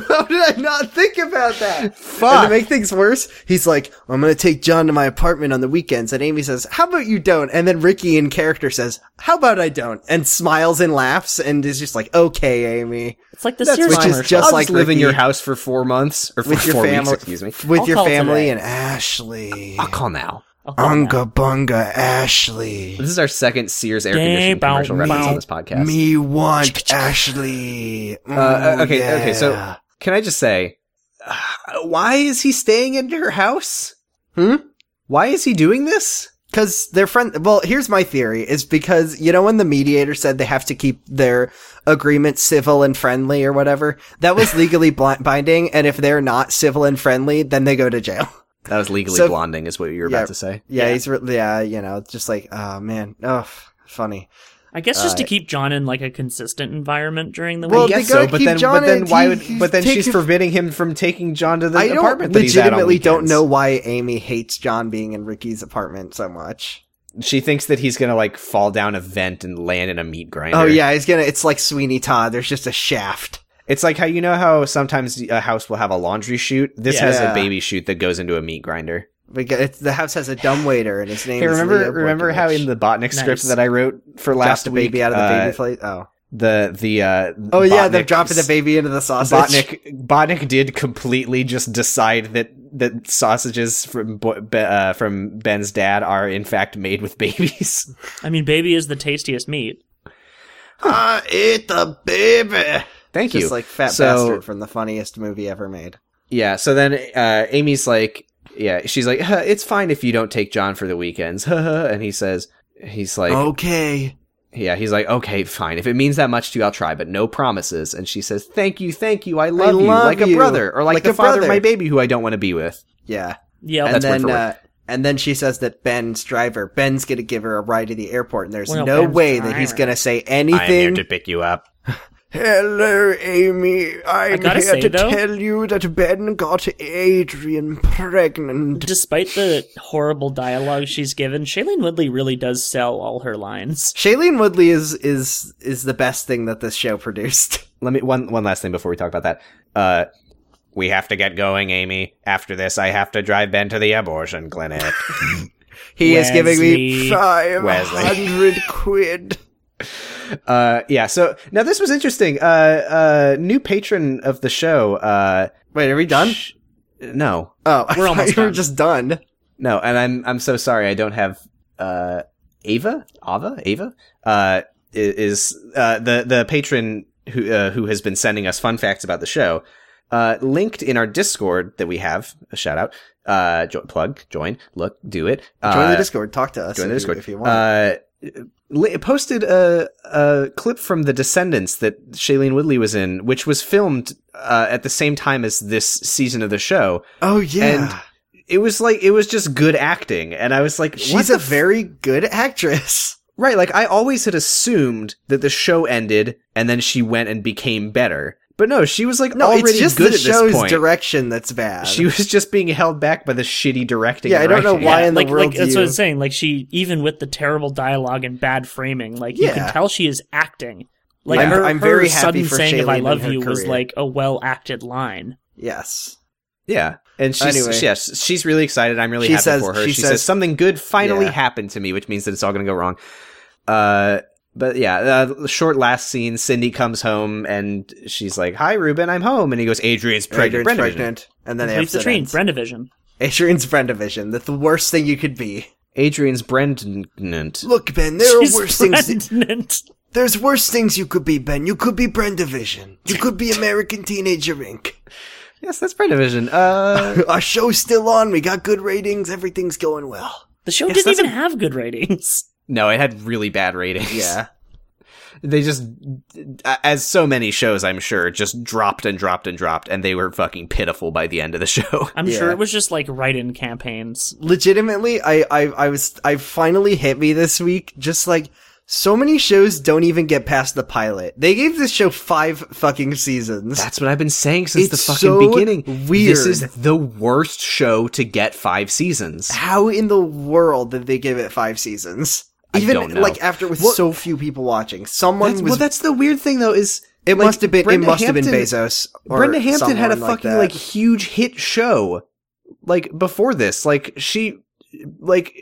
How did I not think about that? Fuck. And to make things worse, he's like, "I'm gonna take John to my apartment on the weekends," and Amy says, "How about you don't?" And then Ricky in character says, "How about I don't?" and smiles and laughs and is just like, "Okay, Amy, It's like the That's Sears fine. Which is commercial. just I'll like just live in Ricky. your house for four months or for with your four family, weeks, excuse me. with I'll your call family today. and Ashley, I'll call now. I'll call it that. unga bunga Ashley." This is our second Sears air Day conditioning bow commercial reference bow. on this podcast. Me want Ashley. Uh, Ooh, okay, okay. yeah. So can I just say, uh, why is he staying in her house? Hmm? Why is he doing this? Because their friend, well, here's my theory is because, you know, when the mediator said they have to keep their agreement civil and friendly or whatever, (laughs) that was legally bli- binding. And if they're not civil and friendly, then they go to jail. (laughs) That was legally So- blonding, is what you were Yeah. about to say. Yeah, Yeah. he's, re- yeah, you know, just like, oh man, oh, funny. I guess just to keep John in like a consistent environment during the Well, week. they gotta keep John but then and why he- would? he's But then she's taking- forbidding him from taking John to the I don't apartment. that he's at on legitimately don't weekends. know why Amy hates John being in Ricky's apartment so much. She thinks that he's gonna like fall down a vent and land in a meat grinder. Oh yeah, he's gonna. It's like Sweeney Todd. There's just a shaft. It's like how you know how sometimes a house will have a laundry chute. This has a Yeah. baby chute that goes into a meat grinder. We got- it's, the house has a dumb waiter, and his name. Hey, is remember Leo remember how Borkovich. in the botnik script Nice. that I wrote for last dropped the week, baby out of the uh, baby plate? Oh, the the uh, oh yeah, they're Botnick's- dropping the baby into the sausage. Botnick Botnick did completely just decide that that sausages from Bo- Be- uh, from Ben's dad are in fact made with (laughs) babies. I mean, baby is the tastiest meat. I ate the baby. Thank Uh, Just you. like fat So- bastard from the funniest movie ever made. yeah. So then uh, Amy's like, yeah, she's like, huh, it's fine if you don't take John for the weekends, (laughs) and he says, he's Oh, like, okay. yeah, he's like, okay, fine. If it means that much to you, I'll try, but no promises. And she says, thank you, thank you, I love, you, love like a you. brother, or like, Like the a father of brother." my baby, who I don't want to be with. Yeah. Yeah, That's and word for then word. uh, and then she says that Ben's driver, Ben's gonna give her a ride to the airport, and there's Well, no Ben's way that he's driver. gonna say anything. pick you up. Hello, Amy. I'm gotta say, though- you that Ben got Adrian pregnant. despite the horrible dialogue she's given, Shailene Woodley really does sell all her lines. Shailene Woodley is is is the best thing that this show produced. let me one one last thing before we talk about that. Uh, we have to get going, Amy. After this, I have to drive Ben to the abortion clinic. He is giving Wesley. me five Wesley. (laughs) hundred quid. uh, yeah. So now this was interesting. Uh, uh, new patron of the show. Uh, Wait, are we done? no, Oh, I We're thought almost you were done. just done. no, and I'm I'm so sorry. I don't have uh, Ava, Ava, Ava. Uh, i- is uh, the the patron who uh, who has been sending us fun facts about the show. Uh, linked in our Discord that we have a shout out. Uh, jo- plug, join, look, do it. Join uh, the Discord. Talk to us join if, the Discord You, if you want. Uh, li- posted a, a clip from The Descendants that Shailene Woodley was in, which was filmed uh, at the same time as this season of the show. oh yeah, and It was like it was just good acting, and I was like, what she's the a f- very good actress. right." Like I always had assumed that the show ended and then she went and became better, but no, she was like (laughs) No, already it's just good the at this show's point. direction that's bad. she was just being held back by the shitty directing. Yeah, and I don't know writing. Why in the like, world like do that's what you- I'm saying. Like she, even with the terrible dialogue and bad framing, like you can Yeah. tell she is acting. Like I'm- her, I'm her very happy sudden for saying "if Shailene I and love her you" was career. like a well acted line. yes. Yeah. And she's Anyway. yes, she's really excited. I'm really She happy says- for her. She, she says, says- something good finally Yeah. happened to me, which means that it's all going to go wrong. Uh but yeah, uh, short last scene, Cindy comes home and she's like, "Hi Ruben, I'm home." And he goes, "Adrian's pregnant." Adrian's Brendavision." pregnant, and then Leaves the episode train, ends. Brendavision. Adrian's friend division. That's the worst thing you could be. Adrian's pregnant. Look, Ben, there She's are worse things. that- pregnant. there's worse things you could be, Ben. You could be Brendavision. (laughs) You could be American Teenager Inc. Yes, that's Brendavision. Uh Our show's still on. We got good ratings. Everything's going well. The show Yes, didn't that's even have good ratings. (laughs) no, it had really bad ratings. (laughs) They just as so many shows, I'm sure, just dropped and dropped and dropped and they were fucking pitiful by the end of the (laughs) show. I'm sure Yeah. it was just like write-in campaigns. Legitimately, I, I, I was, I finally hit me this week. Just like so many shows don't even get past the pilot. They gave this show five fucking seasons. That's what I've been saying since the It's fucking so beginning. weird. This is the worst show to get five seasons. How in the world did they give it five seasons? I Even don't know. like after with Well- so few people watching, someone That's, was. well, that's the weird thing though is it like, must have been. Brenda it must have been Hampton- Bezos. Or Brenda Hampton had a someone fucking that. like huge hit show, like before this. Like she, like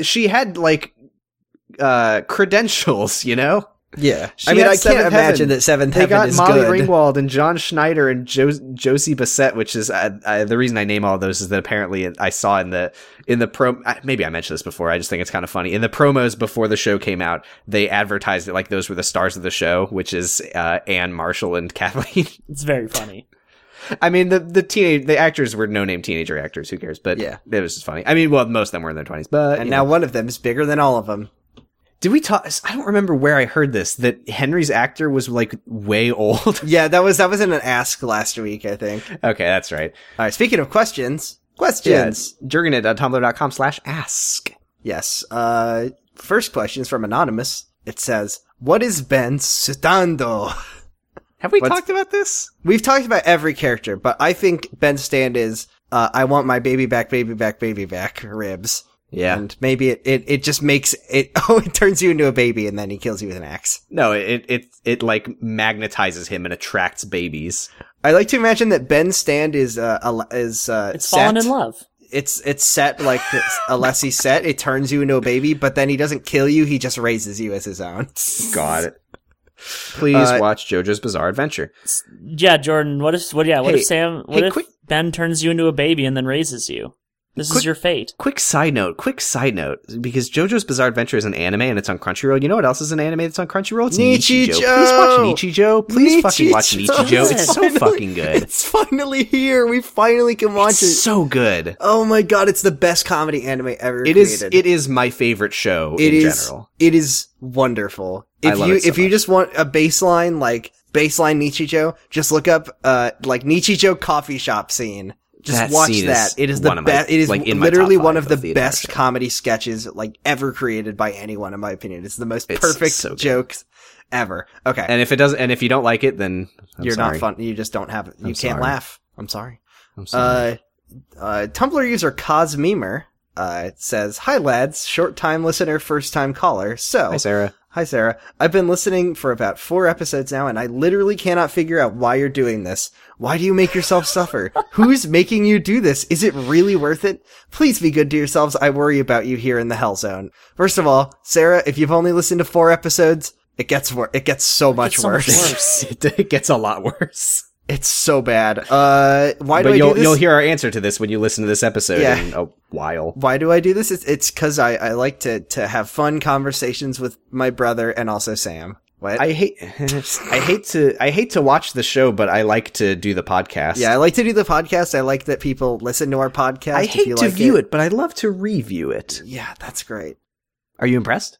she had like uh credentials, you know. Yeah, She I mean, had I Seventh can't imagine Heaven. that Seventh They Heaven got is Molly good. Ringwald and John Schneider and jo- Josie Bassett, which is uh, uh, the reason I name all those is that apparently I saw in the in the pro I- maybe I mentioned this before. I just think it's kind of funny. In the promos before the show came out, they advertised it like those were the stars of the show, which is uh, Anne Marshall and (laughs) Kathleen. It's very funny. I mean, the the teenage the actors were no name teenager actors. Who cares? But Yeah. it was just funny. I mean, well, most of them were in their twenties, but And you now know. one of them is bigger than all of them. did we talk? I don't remember where I heard this that Henry's actor was like way (laughs) old. Yeah, that was that was in an ask last week, I think. All okay, that's right. right, speaking of questions, questions. Yes. Jurgenit.tumblr.com slash ask. Yes. Uh first question is from anonymous. It says, "What is Ben Sudando?" Have we What's- talked about this? (laughs) We've talked about every character, but I think Ben Stand is uh, I want my baby back, baby back, baby back ribs. Yeah. And maybe it, it, it just makes it, (laughs) oh, it turns you into a baby and then he kills you with an axe. no, it it it like magnetizes him and attracts babies. I like to imagine that Ben's stand is, uh, al- is, uh, It's set. fallen in love. It's, it's set like this, Alessi set. It turns you into a baby, but then he doesn't kill you. He just raises you as his own. Got it. (laughs) Please Uh, watch JoJo's Bizarre Adventure. Yeah, Jordan. What if? What? Yeah. What Hey, if Sam? What hey, if quick- Ben turns you into a baby and then raises you? This Quick- is your (laughs) fate. Quick side note, quick side note, because JoJo's Bizarre Adventure is an anime and it's on Crunchyroll. You know what else is an anime that's on Crunchyroll? It's Nichijou! Please watch Nichijou. Please fucking watch Nichijou. Nichijou. It's so Finally- fucking good. It's finally here. We finally can watch it. It's so good. Oh my god, it's the best comedy anime ever. It is. created. It is my favorite show It in is- general. It is wonderful. I If love you it so if you much. just want a baseline like baseline Nichijou, just look up uh like Nichijou coffee shop scene. Just That watch scene that. is it is the one of my- best. It is like, in my literally top one five of the of theater best shows. comedy sketches like ever created by anyone, in my opinion. It's the most It's perfect so good. jokes ever. Okay, And if it doesn't, and if you don't like it, then I'm you're sorry. not fun. You just don't have. You can't sorry. laugh. I'm sorry. I'm sorry. Uh, uh, Tumblr user Cosmemer uh, says, "Hi lads, short time listener, first time caller. So Hi, Sarah. Hi, Sarah. I've been listening for about four episodes now, and I literally cannot figure out why you're doing this. Why do you make yourself suffer? Who's making you do this? Is it really worth it? Please be good to yourselves. I worry about you here in the hell zone. First of all, Sarah, if you've only listened to four episodes, it gets worse. It gets so much so much worse. worse. (laughs) it, it gets a lot worse. (laughs) it's so bad. Uh, why do But I do you'll this? you'll hear our answer to this when you listen to this episode Yeah. in a while. why do I do this? It's it's because I I like to to have fun conversations with my brother and also Sam. What? I hate (laughs) I hate to I hate to watch the show, but I like to do the podcast. Yeah, I like to do the podcast. I like that people listen to our podcast. I if hate you to like view it. but I love to review it. Yeah, that's great. Are you impressed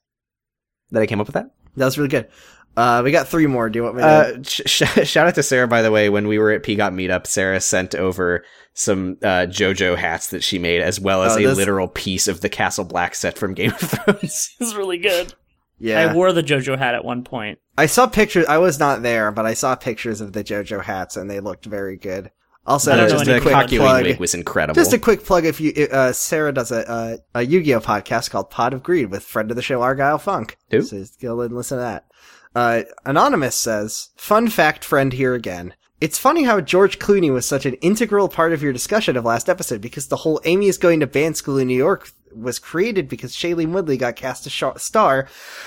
that I came up with that? That was really good. Uh, we got three more. Do you want me to? Uh, sh- sh- (laughs) shout out to Sarah, by the way. When we were at PGOT meetup, Sarah sent over some uh, JoJo hats that she made, as well as Oh, a those- literal piece of the Castle Black set from Game of (laughs) Thrones. This is really good. yeah, I I wore the JoJo hat at one point. saw pictures. I was not there, but I saw pictures of the JoJo hats, and they looked very good. Also, I don't know just any a the good quick ones. cocky plug. wig was incredible. Just a quick plug. If you, uh, Sarah does a, uh, a Yu-Gi-Oh podcast called Pod of Greed with friend of the show Argyle Funk. Who? So just go and listen to that. Uh, Anonymous says, "Fun fact, friend here again. It's funny how George Clooney was such an integral part of your discussion of last episode because the whole Amy is going to band school in New York." Was created because Shailene Woodley got cast as Sha- star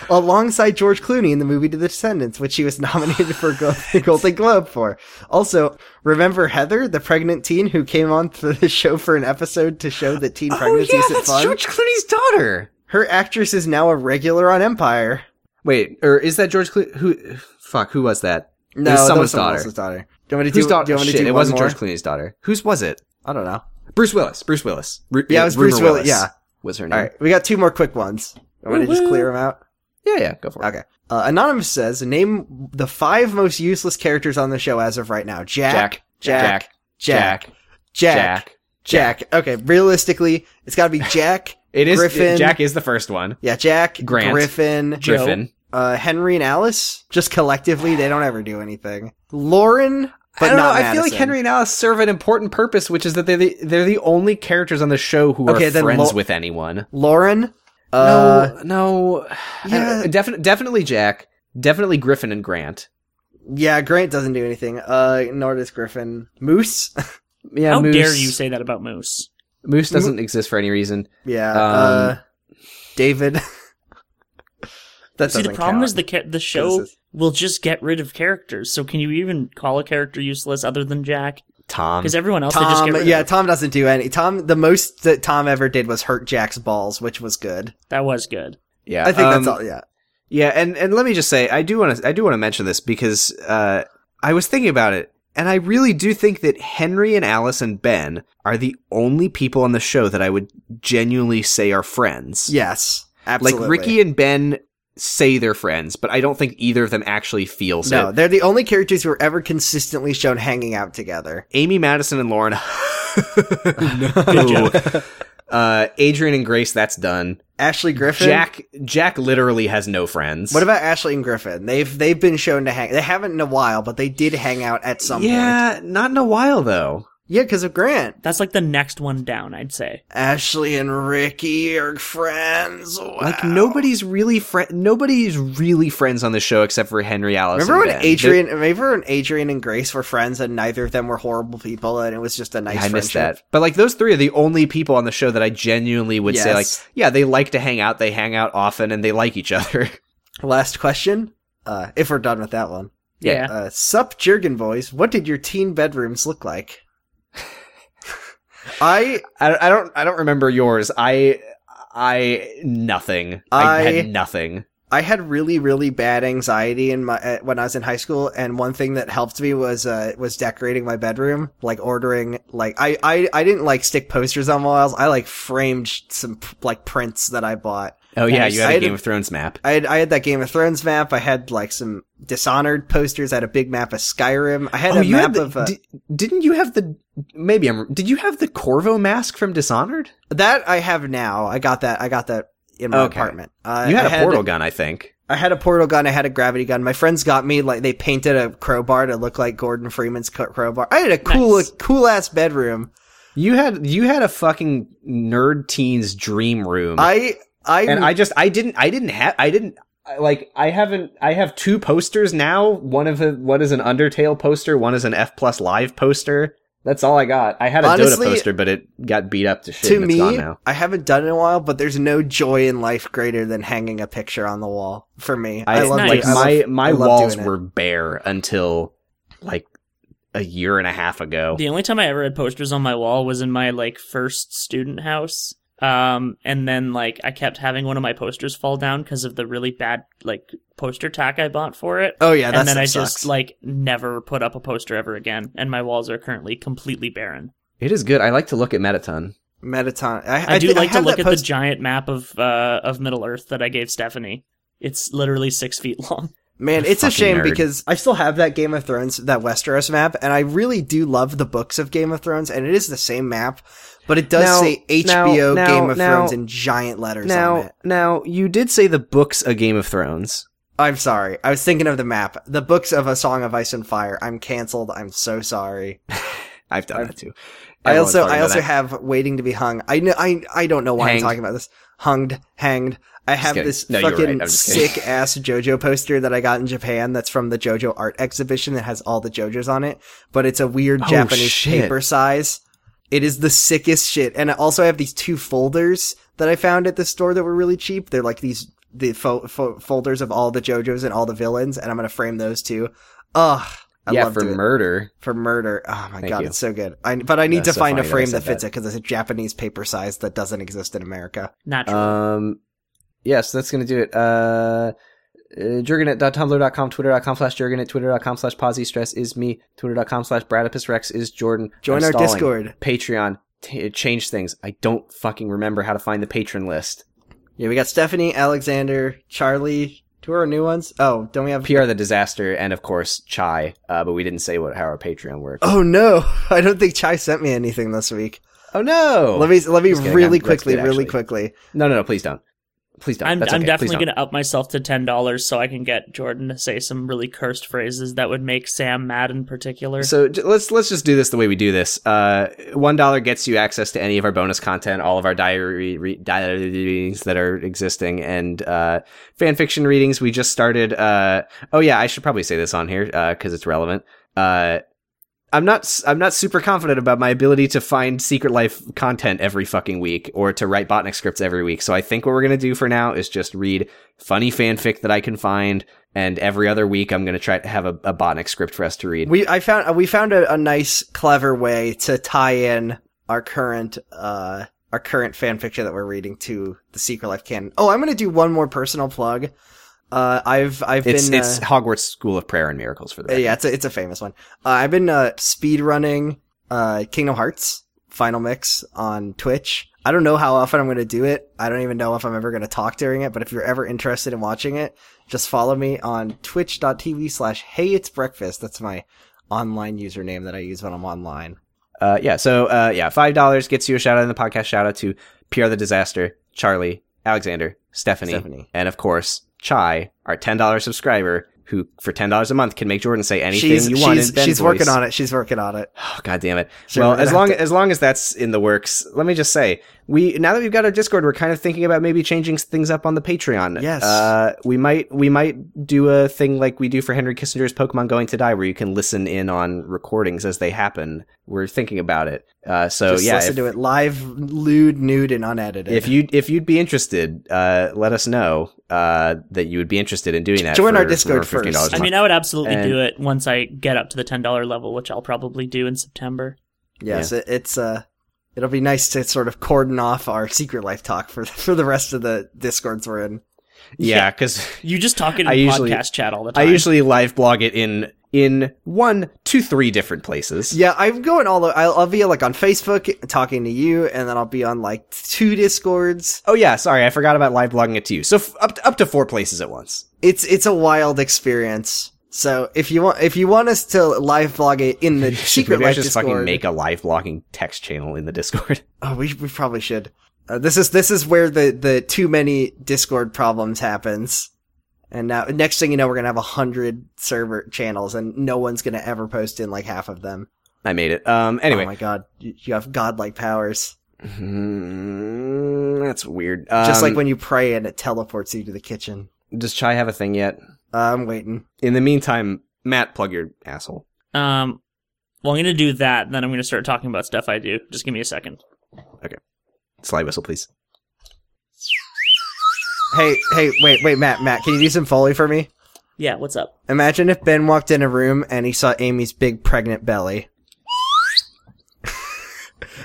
alongside George Clooney in the movie *The Descendants*, which she was (laughs) nominated for Gold- the Golden Globe for. Also, remember Heather, the pregnant teen who came on to the show for an episode to show that teen oh pregnancy yeah, isn't that's fun. George Clooney's daughter. Her actress is now a regular on Empire. Wait, or is that George Clooney? Who? Fuck, who was that? No, was that someone's someone daughter. else's daughter. Do you want me to Whose do? daughter? oh, do you want me to Shit, do it one wasn't more? George Clooney's daughter. Whose was it? I don't know. Bruce Willis. Bruce Willis. Ru- Yeah, it was Bruce Rumor Willis, yeah. was her name. All right, we got two more quick ones. I want to just Woo-woo. clear them out. Yeah, yeah, go for it. Okay. Uh, Anonymous says, name the five most useless characters on the show as of right now. Jack, Jack, Jack, Jack, Jack. Jack. Okay, realistically, (laughs) it's got to be Jack. It is Griffin. Jack is the first one. Yeah, Jack, Grant. Griffin, Joe. Griffin. uh, Henry, and Alice. Just collectively, they don't ever do anything. Lauren, but I don't know. not I feel like Madison. Henry and Alice serve an important purpose, which is that they're the, they're the only characters on the show who Okay, are then friends Lo- with anyone. Lauren. Uh, no, no. yeah. Yeah. Defi- definitely Jack. Definitely Griffin and Grant. Yeah, Grant doesn't do anything. Uh, nor does Griffin. Moose. Yeah, How Moose. dare you say that about Moose? Moose doesn't exist for any reason. yeah. Um, uh, (laughs) David. that See, the doesn't problem count. is the ca- the show Criticism. will just get rid of characters. So can you even call a character useless other than Jack? Tom. Because everyone else they just get Um, Tom. rid Yeah, of. Tom doesn't do any. Tom. The most that Tom ever did was hurt Jack's balls, which was good. That was good. Yeah, I think that's um, all. Yeah. Yeah, and and let me just say, I do want to I do want to mention this because uh, I was thinking about it, and I really do think that Henry and Alice and Ben are the only people on the show that I would genuinely say are friends. Yes. Absolutely. like Ricky and Ben say they're friends, but I don't think either of them actually feels No, it. they're the only characters who are ever consistently shown hanging out together. Amy, Madison, and Lauren. (laughs) Good no. joke. Uh, Adrian and Grace, that's done. Ashley Griffin. Jack, Jack literally has no friends. What about Ashley and Griffin? They've they've been shown to hang. They haven't in a while, but they did hang out at some point. Yeah, not in a while though. Yeah, because of Grant. That's like the next one down, I'd say. Ashley and Ricky are friends. Wow. Like nobody's really friend. Nobody's really friends on the show except for Henry Alice. Remember and when Ben. Adrian? Remember when Adrian and Grace were friends, and neither of them were horrible people, and it was just a nice. They- I missed friendship? that. But like those three are the only people on the show that I genuinely would say like, Yes. yeah, they like to hang out. They hang out often and they like each other. (laughs) Last question, uh, if we're done with that one. Yeah. Uh, sup, Jurgen boys. What did your teen bedrooms look (laughs) like? I I, I don't. I don't remember yours. I. I nothing. I, I- had nothing. I had really really bad anxiety in my uh, when I was in high school, and one thing that helped me was uh, was decorating my bedroom, like ordering like I, I I didn't like stick posters on walls. I like framed some like prints that I bought. Oh yeah, Nice. you had I a had Game a- of Thrones map. I had I had that Game of Thrones map. I had like some Dishonored posters. I had a big map of Skyrim. I had oh, a you map had the, of uh, di- didn't you have the? Maybe I'm. Did you have the Corvo mask from Dishonored? that I have now. I got that. I got that in my Okay. apartment. Uh, you had I a portal gun, I think. I had a portal gun. I had a gravity gun. My friends got me like they painted a crowbar to look like Gordon Freeman's co- crowbar. I had a cool, Nice. cool ass bedroom. You had you had a fucking nerd teens dream room. I, I, and I just I didn't I didn't have I didn't I- like I haven't I have two posters now. One of the, one is an Undertale poster, one is an F plus live poster. That's all I got. I had a Honestly, Dota poster, but it got beat up to shit. to and it's gone me, now. I haven't done it in a while, but there's no joy in life greater than hanging a picture on the wall for me. I, I, love like doing- I my love- I my love walls doing it. were bare until like a year and a half ago. The only time I ever had posters on my wall was in my like first student house. Um, and then like I kept having one of my posters fall down because of the really bad like poster tack I bought for it. Oh yeah, that's, and then that I sucks. just like never put up a poster ever again, and my walls are currently completely barren. It is good. I like to look at Metaton. Metaton. I, I, do thi- like to have look that at post- the giant map of uh, of Middle Earth that I gave Stephanie. It's literally six (laughs) feet long. Man, You it's a fucking shame nerd. because I still have that Game of Thrones, that Westeros map, and I really do love the books of Game of Thrones, and it is the same map, but it does Now- say now- HBO now- Game of now- Thrones in giant letters on Now, it. now you did say the books a Game of Thrones. I'm sorry. I was thinking of the map. The books of A Song of Ice and Fire. I'm canceled. I'm so sorry. I've done I've- that too. I Everyone's also talking I about also that. have Waiting to be Hung. I know I I don't know why Hanged. I'm talking about this. Hunged, hanged. I have kidding. this No, you're right. fucking I'm just kidding. (laughs) sick ass JoJo poster that I got in Japan that's from the JoJo art exhibition that has all the JoJo's on it, but it's a weird Oh, Japanese shit. paper size. It is the sickest shit. And I also have these two folders that I found at the store that were really cheap. They're like these the fo- fo- folders of all the JoJo's and all the villains, and I'm gonna frame those too. Ugh, I yeah, love for it murder. for murder. Oh my Thank god, you. it's so good. I but I need That's to so find funny a that I frame said that fits that. it because it's a Japanese paper size that doesn't exist in America. Naturally, Oh, Um, yeah, so that's going to do it. Uh, uh, jurgenet.tumblr.com, twitter.com slash jurgenet, twitter.com slash posy stress is me, twitter.com slash bradipus rex is Jordan. Join I'm our stalling. Discord. Patreon. T- change things. I don't fucking remember how to find the patron list. Yeah, we got Stephanie, Alexander, Charlie. Who are our new ones? Oh, don't we have? PR the disaster, and of course Chai. Uh, but we didn't say what how our Patreon works. oh no, (laughs) I don't think Chai sent me anything this week. Oh, no! let me let me just kidding. really I'm- that's quickly, good, really actually. quickly. No, no, no! Please don't. Please don't. I'm That's I'm okay. Please definitely don't. going to up myself to ten dollars so I can get Jordan to say some really cursed phrases that would make Sam mad in particular. So j- let's let's just do this the way we do this. Uh, One dollar gets you access to any of our bonus content, all of our diary re- diary readings that are existing, and uh, fan fiction readings. We just started. Uh, oh yeah, I should probably say this on here because it's relevant. Uh, I'm not s- I'm not super confident about my ability to find Secret Life content every fucking week or to write botnik scripts every week. So I think what we're gonna do for now is just read funny fanfic that I can find. And every other week, I'm going to try to have a, a botnik script for us to read. We I found we found a, a nice, clever way to tie in our current uh our current fan fiction that we're reading to the Secret Life canon. Oh, I'm gonna do one more personal plug. Uh, I've I've It's been it's uh, Hogwarts School of Prayer and Miracles for the Uh, record. yeah, it's a, it's a famous one. Uh, I've been uh, speed running uh, Kingdom Hearts Final Mix on Twitch. I don't know how often I'm going to do it. I don't even know if I'm ever going to talk during it. But if you're ever interested in watching it, just follow me on twitch.tv slash Hey It's Breakfast. That's my online username that I use when I'm online. Uh, yeah. So uh, yeah, five dollars gets you a shout out in the podcast. Shout out to Pierre the Disaster, Charlie, Alexander, Stephanie, Stephanie. and of course Chai, our ten dollar subscriber. who for ten dollars a month can make Jordan say anything She's you want. she's, in Ben she's voice. working on it. She's working on it. Oh, (sighs) God damn it! So we're well, gonna as have long to- as long as that's in the works, let me just say we now that we've got our Discord, we're kind of thinking about maybe changing things up on the Patreon. Yes. uh, we might we might do a thing like we do for Henry Kissinger's Pokemon Going to Die, where you can listen in on recordings as they happen. We're thinking about it. Uh, so Just yeah, listen if, to it live, lewd, nude, and unedited. if you if you'd be interested, uh, let us know uh, that you would be interested in doing that. Join our for- Discord for $15 a first. I month. mean, I would absolutely And- do it once I get up to the ten dollar level, which I'll probably do in September. yes, it, it's uh, it'll be nice to sort of cordon off our secret life talk for for the (laughs) rest of the discords we're in. yeah, because You just talk it in I usually- podcast chat all the I time. usually live blog it in in one to three different places. Yeah, I'm going all. o- I'll, I'll be like on Facebook talking to you, and then I'll be on like two discords. Oh yeah, sorry, I forgot about live blogging it to you. So f- up to, up to four places at once. It's it's a wild experience. So if you want if you want us to live blog it in the secret Maybe I (laughs) life should discord, fucking make a live blogging text channel in the Discord. (laughs) oh, we we probably should. Uh, this is this is where the the too many discord problems happens. And now next thing you know, we're gonna have a hundred server channels, and no one's gonna ever post in like half of them. I made it. Um. oh Anyway, my god, you, you have godlike powers. Hmm, that's weird. Just Um, like when you pray and it teleports you to the kitchen. does Chai have a thing yet? Uh, I'm waiting. In the meantime, Matt, plug your asshole. um, well, I'm gonna do that, then I'm gonna start talking about stuff I do. Just give me a second. Slide whistle, please. Hey, hey, wait, wait, Matt, Matt, can you do some foley for me? Yeah, what's up? Imagine if Ben walked in a room and he saw Amy's big pregnant belly. (laughs)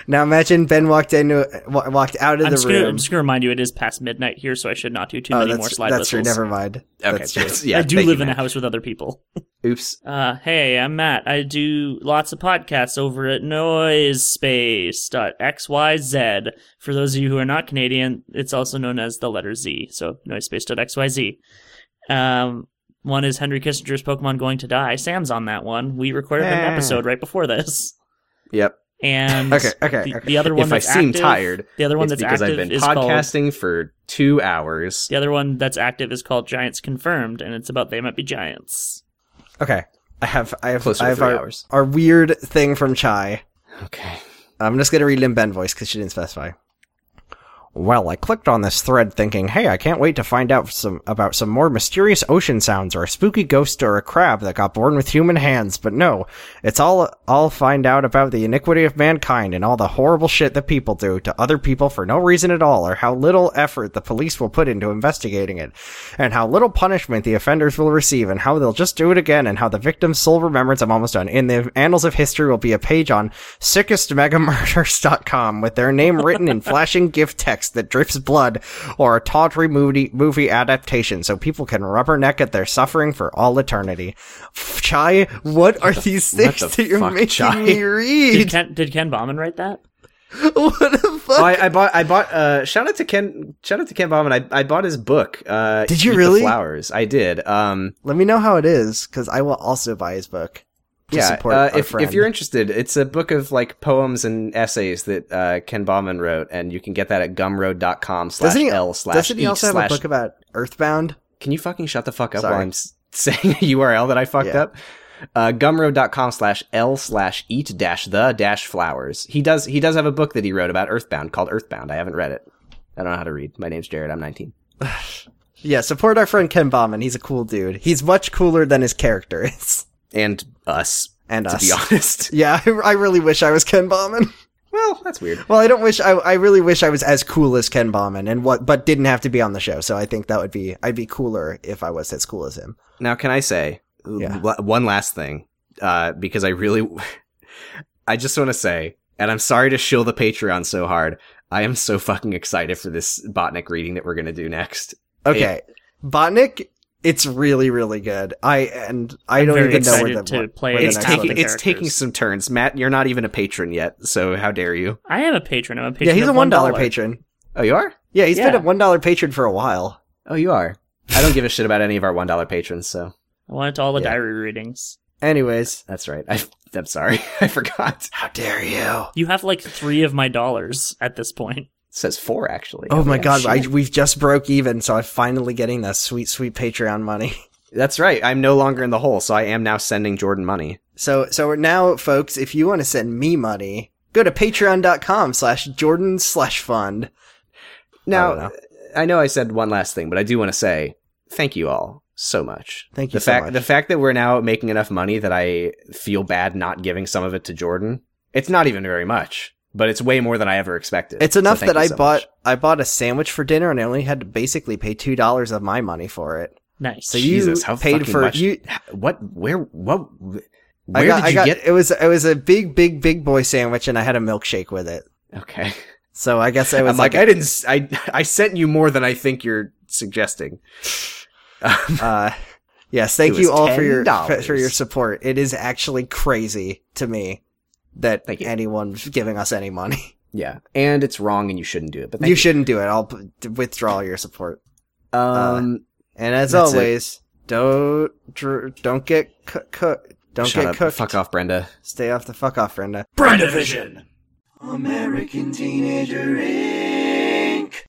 now imagine Ben walked into wa- walked out of I'm the just, gonna, room. I'm just gonna remind you, it is past midnight here, so I should not do too oh, many that's, more slide that's true. whistles. Never mind. Okay. That's that's- true. yeah. I do thank live you, in a Matt. house with other people. Oops. Uh, hey, I'm Matt. I do lots of podcasts over at noisepace.xyz. For those of you who are not Canadian, it's also known as the letter Z. So noisepace.xyz. Um, one is Henry Kissinger's Pokemon Going to Die. Sam's on that one. We recorded an Yeah. episode right before (laughs) this. Yep. And Okay, okay, the, okay. the other one If I that's seem active, tired, the other one it's that's because I've active been is called podcasting for two hours. the other one that's active is called Giants Confirmed, and it's about they might (laughs) be giants. Okay. I have I have Closer to I have three our, hours. our weird thing from Chai. Okay. I'm just gonna read it in Ben voice because she didn't specify. Well, I clicked on this thread thinking, hey, I can't wait to find out some about some more mysterious ocean sounds or a spooky ghost or a crab that got born with human hands, but no, it's all I'll find out about the iniquity of mankind and all the horrible shit that people do to other people for no reason at all, or how little effort the police will put into investigating it, and how little punishment the offenders will receive, and how they'll just do it again, and how the victim's sole remembrance, I'm almost done, in the annals of history will be a page on sickestmegamurders.com with their name written in flashing gift text that drips blood, or a tawdry movie, movie adaptation so people can rubberneck at their suffering for all eternity. Chai, (laughs) what are these what things the that you're fuck, making Chai? me Did read? Ken, did Ken Bauman write that? what the Oh, fuck? I, I bought. I bought. Uh, shout out to Ken. Shout out to Ken Bauman. I, I bought his book. Uh, Did you Eat the really? flowers. I did. Um, Let me know how it is, because I will also buy his book. To yeah. support uh, our if friend. if you're interested, it's a book of like poems and essays that uh, Ken Bauman wrote, and you can get that at gumroad.com slash Doesn't he- l slash doesn't he e also have a slash. book about Earthbound? Can you fucking shut the fuck up Sorry. while I'm s- (laughs) saying a URL that I fucked Yeah. up? Uh, gumroad.com slash l slash eat dash the dash flowers. He does. He does have a book that he wrote about Earthbound called Earthbound. I haven't read it. I don't know how to read. My name's Jared. I'm 19. Yeah, support our friend Ken Bauman. He's a cool dude. He's much cooler than his character (laughs) is. And us. And to us. be honest. (laughs) Yeah, I, I really wish I was Ken Bauman. Well, that's weird. (laughs) Well, I don't wish I I really wish I was as cool as Ken Bauman and what but didn't have to be on the show. So I think that would be I'd be cooler if I was as cool as him. Now, can I say Yeah. l- one last thing? Uh, because I really, (laughs) I just want to say, and I'm sorry to shill the Patreon so hard. I am so fucking excited for this Botnik reading that we're gonna do next. Okay. Botnik, it's really really good. I and I don't very even know where excited the to play it. where the It's next taking one is. it's characters. taking some turns. Matt, you're not even a patron yet, so how dare you? I am a patron. I'm a patron. Yeah, he's of a one dollar $1. patron. Oh, you are? Yeah, he's been Yeah. a one dollar patron for a while. Oh, you are. I don't give a shit about any of our one dollar patrons, so I went to all the Yeah. diary readings. Anyways, that's right. I, I'm sorry, (laughs) I forgot. how dare you? You have like three of my dollars at this point. (laughs) It says four actually. Oh my god, I, shit. we've just broke even, so I'm finally getting that sweet, sweet Patreon money. (laughs) That's right. I'm no longer in the hole, so I am now sending Jordan money. So so now, folks, if you want to send me money, go to patreon.com slash Jordan slash fund. Now, I don't know. know. I said one last thing, but I do want to say thank you all so much. Thank you The so fact much. the fact that we're now making enough money that I feel bad not giving some of it to Jordan. It's not even very much, but it's way more than I ever expected. It's So enough thank that you I so bought much. I bought a sandwich for dinner and I only had to basically pay two dollars of my money for it. Nice. So you Jesus, how paid fucking for much- you. what where what where I got, did I you got, get It was it was a big big big boy sandwich and I had a milkshake with (laughs) it. (laughs) Okay. So I guess I I'm was like, like, I didn't s- I (laughs) I sent you more than I think you're suggesting. uh, (laughs) yes, thank It was you all for your $10. for your support. It is actually crazy to me that Thank you. anyone's giving us any money. Yeah. And it's wrong and you shouldn't do it. But (laughs) thank you shouldn't do it. I'll p- withdraw your support. uh, um And as That's it. always, don't dr- don't get cu- cu- don't shut get up. cooked. Fuck off, Brenda. Stay off the fuck off, Brenda. American teenager is.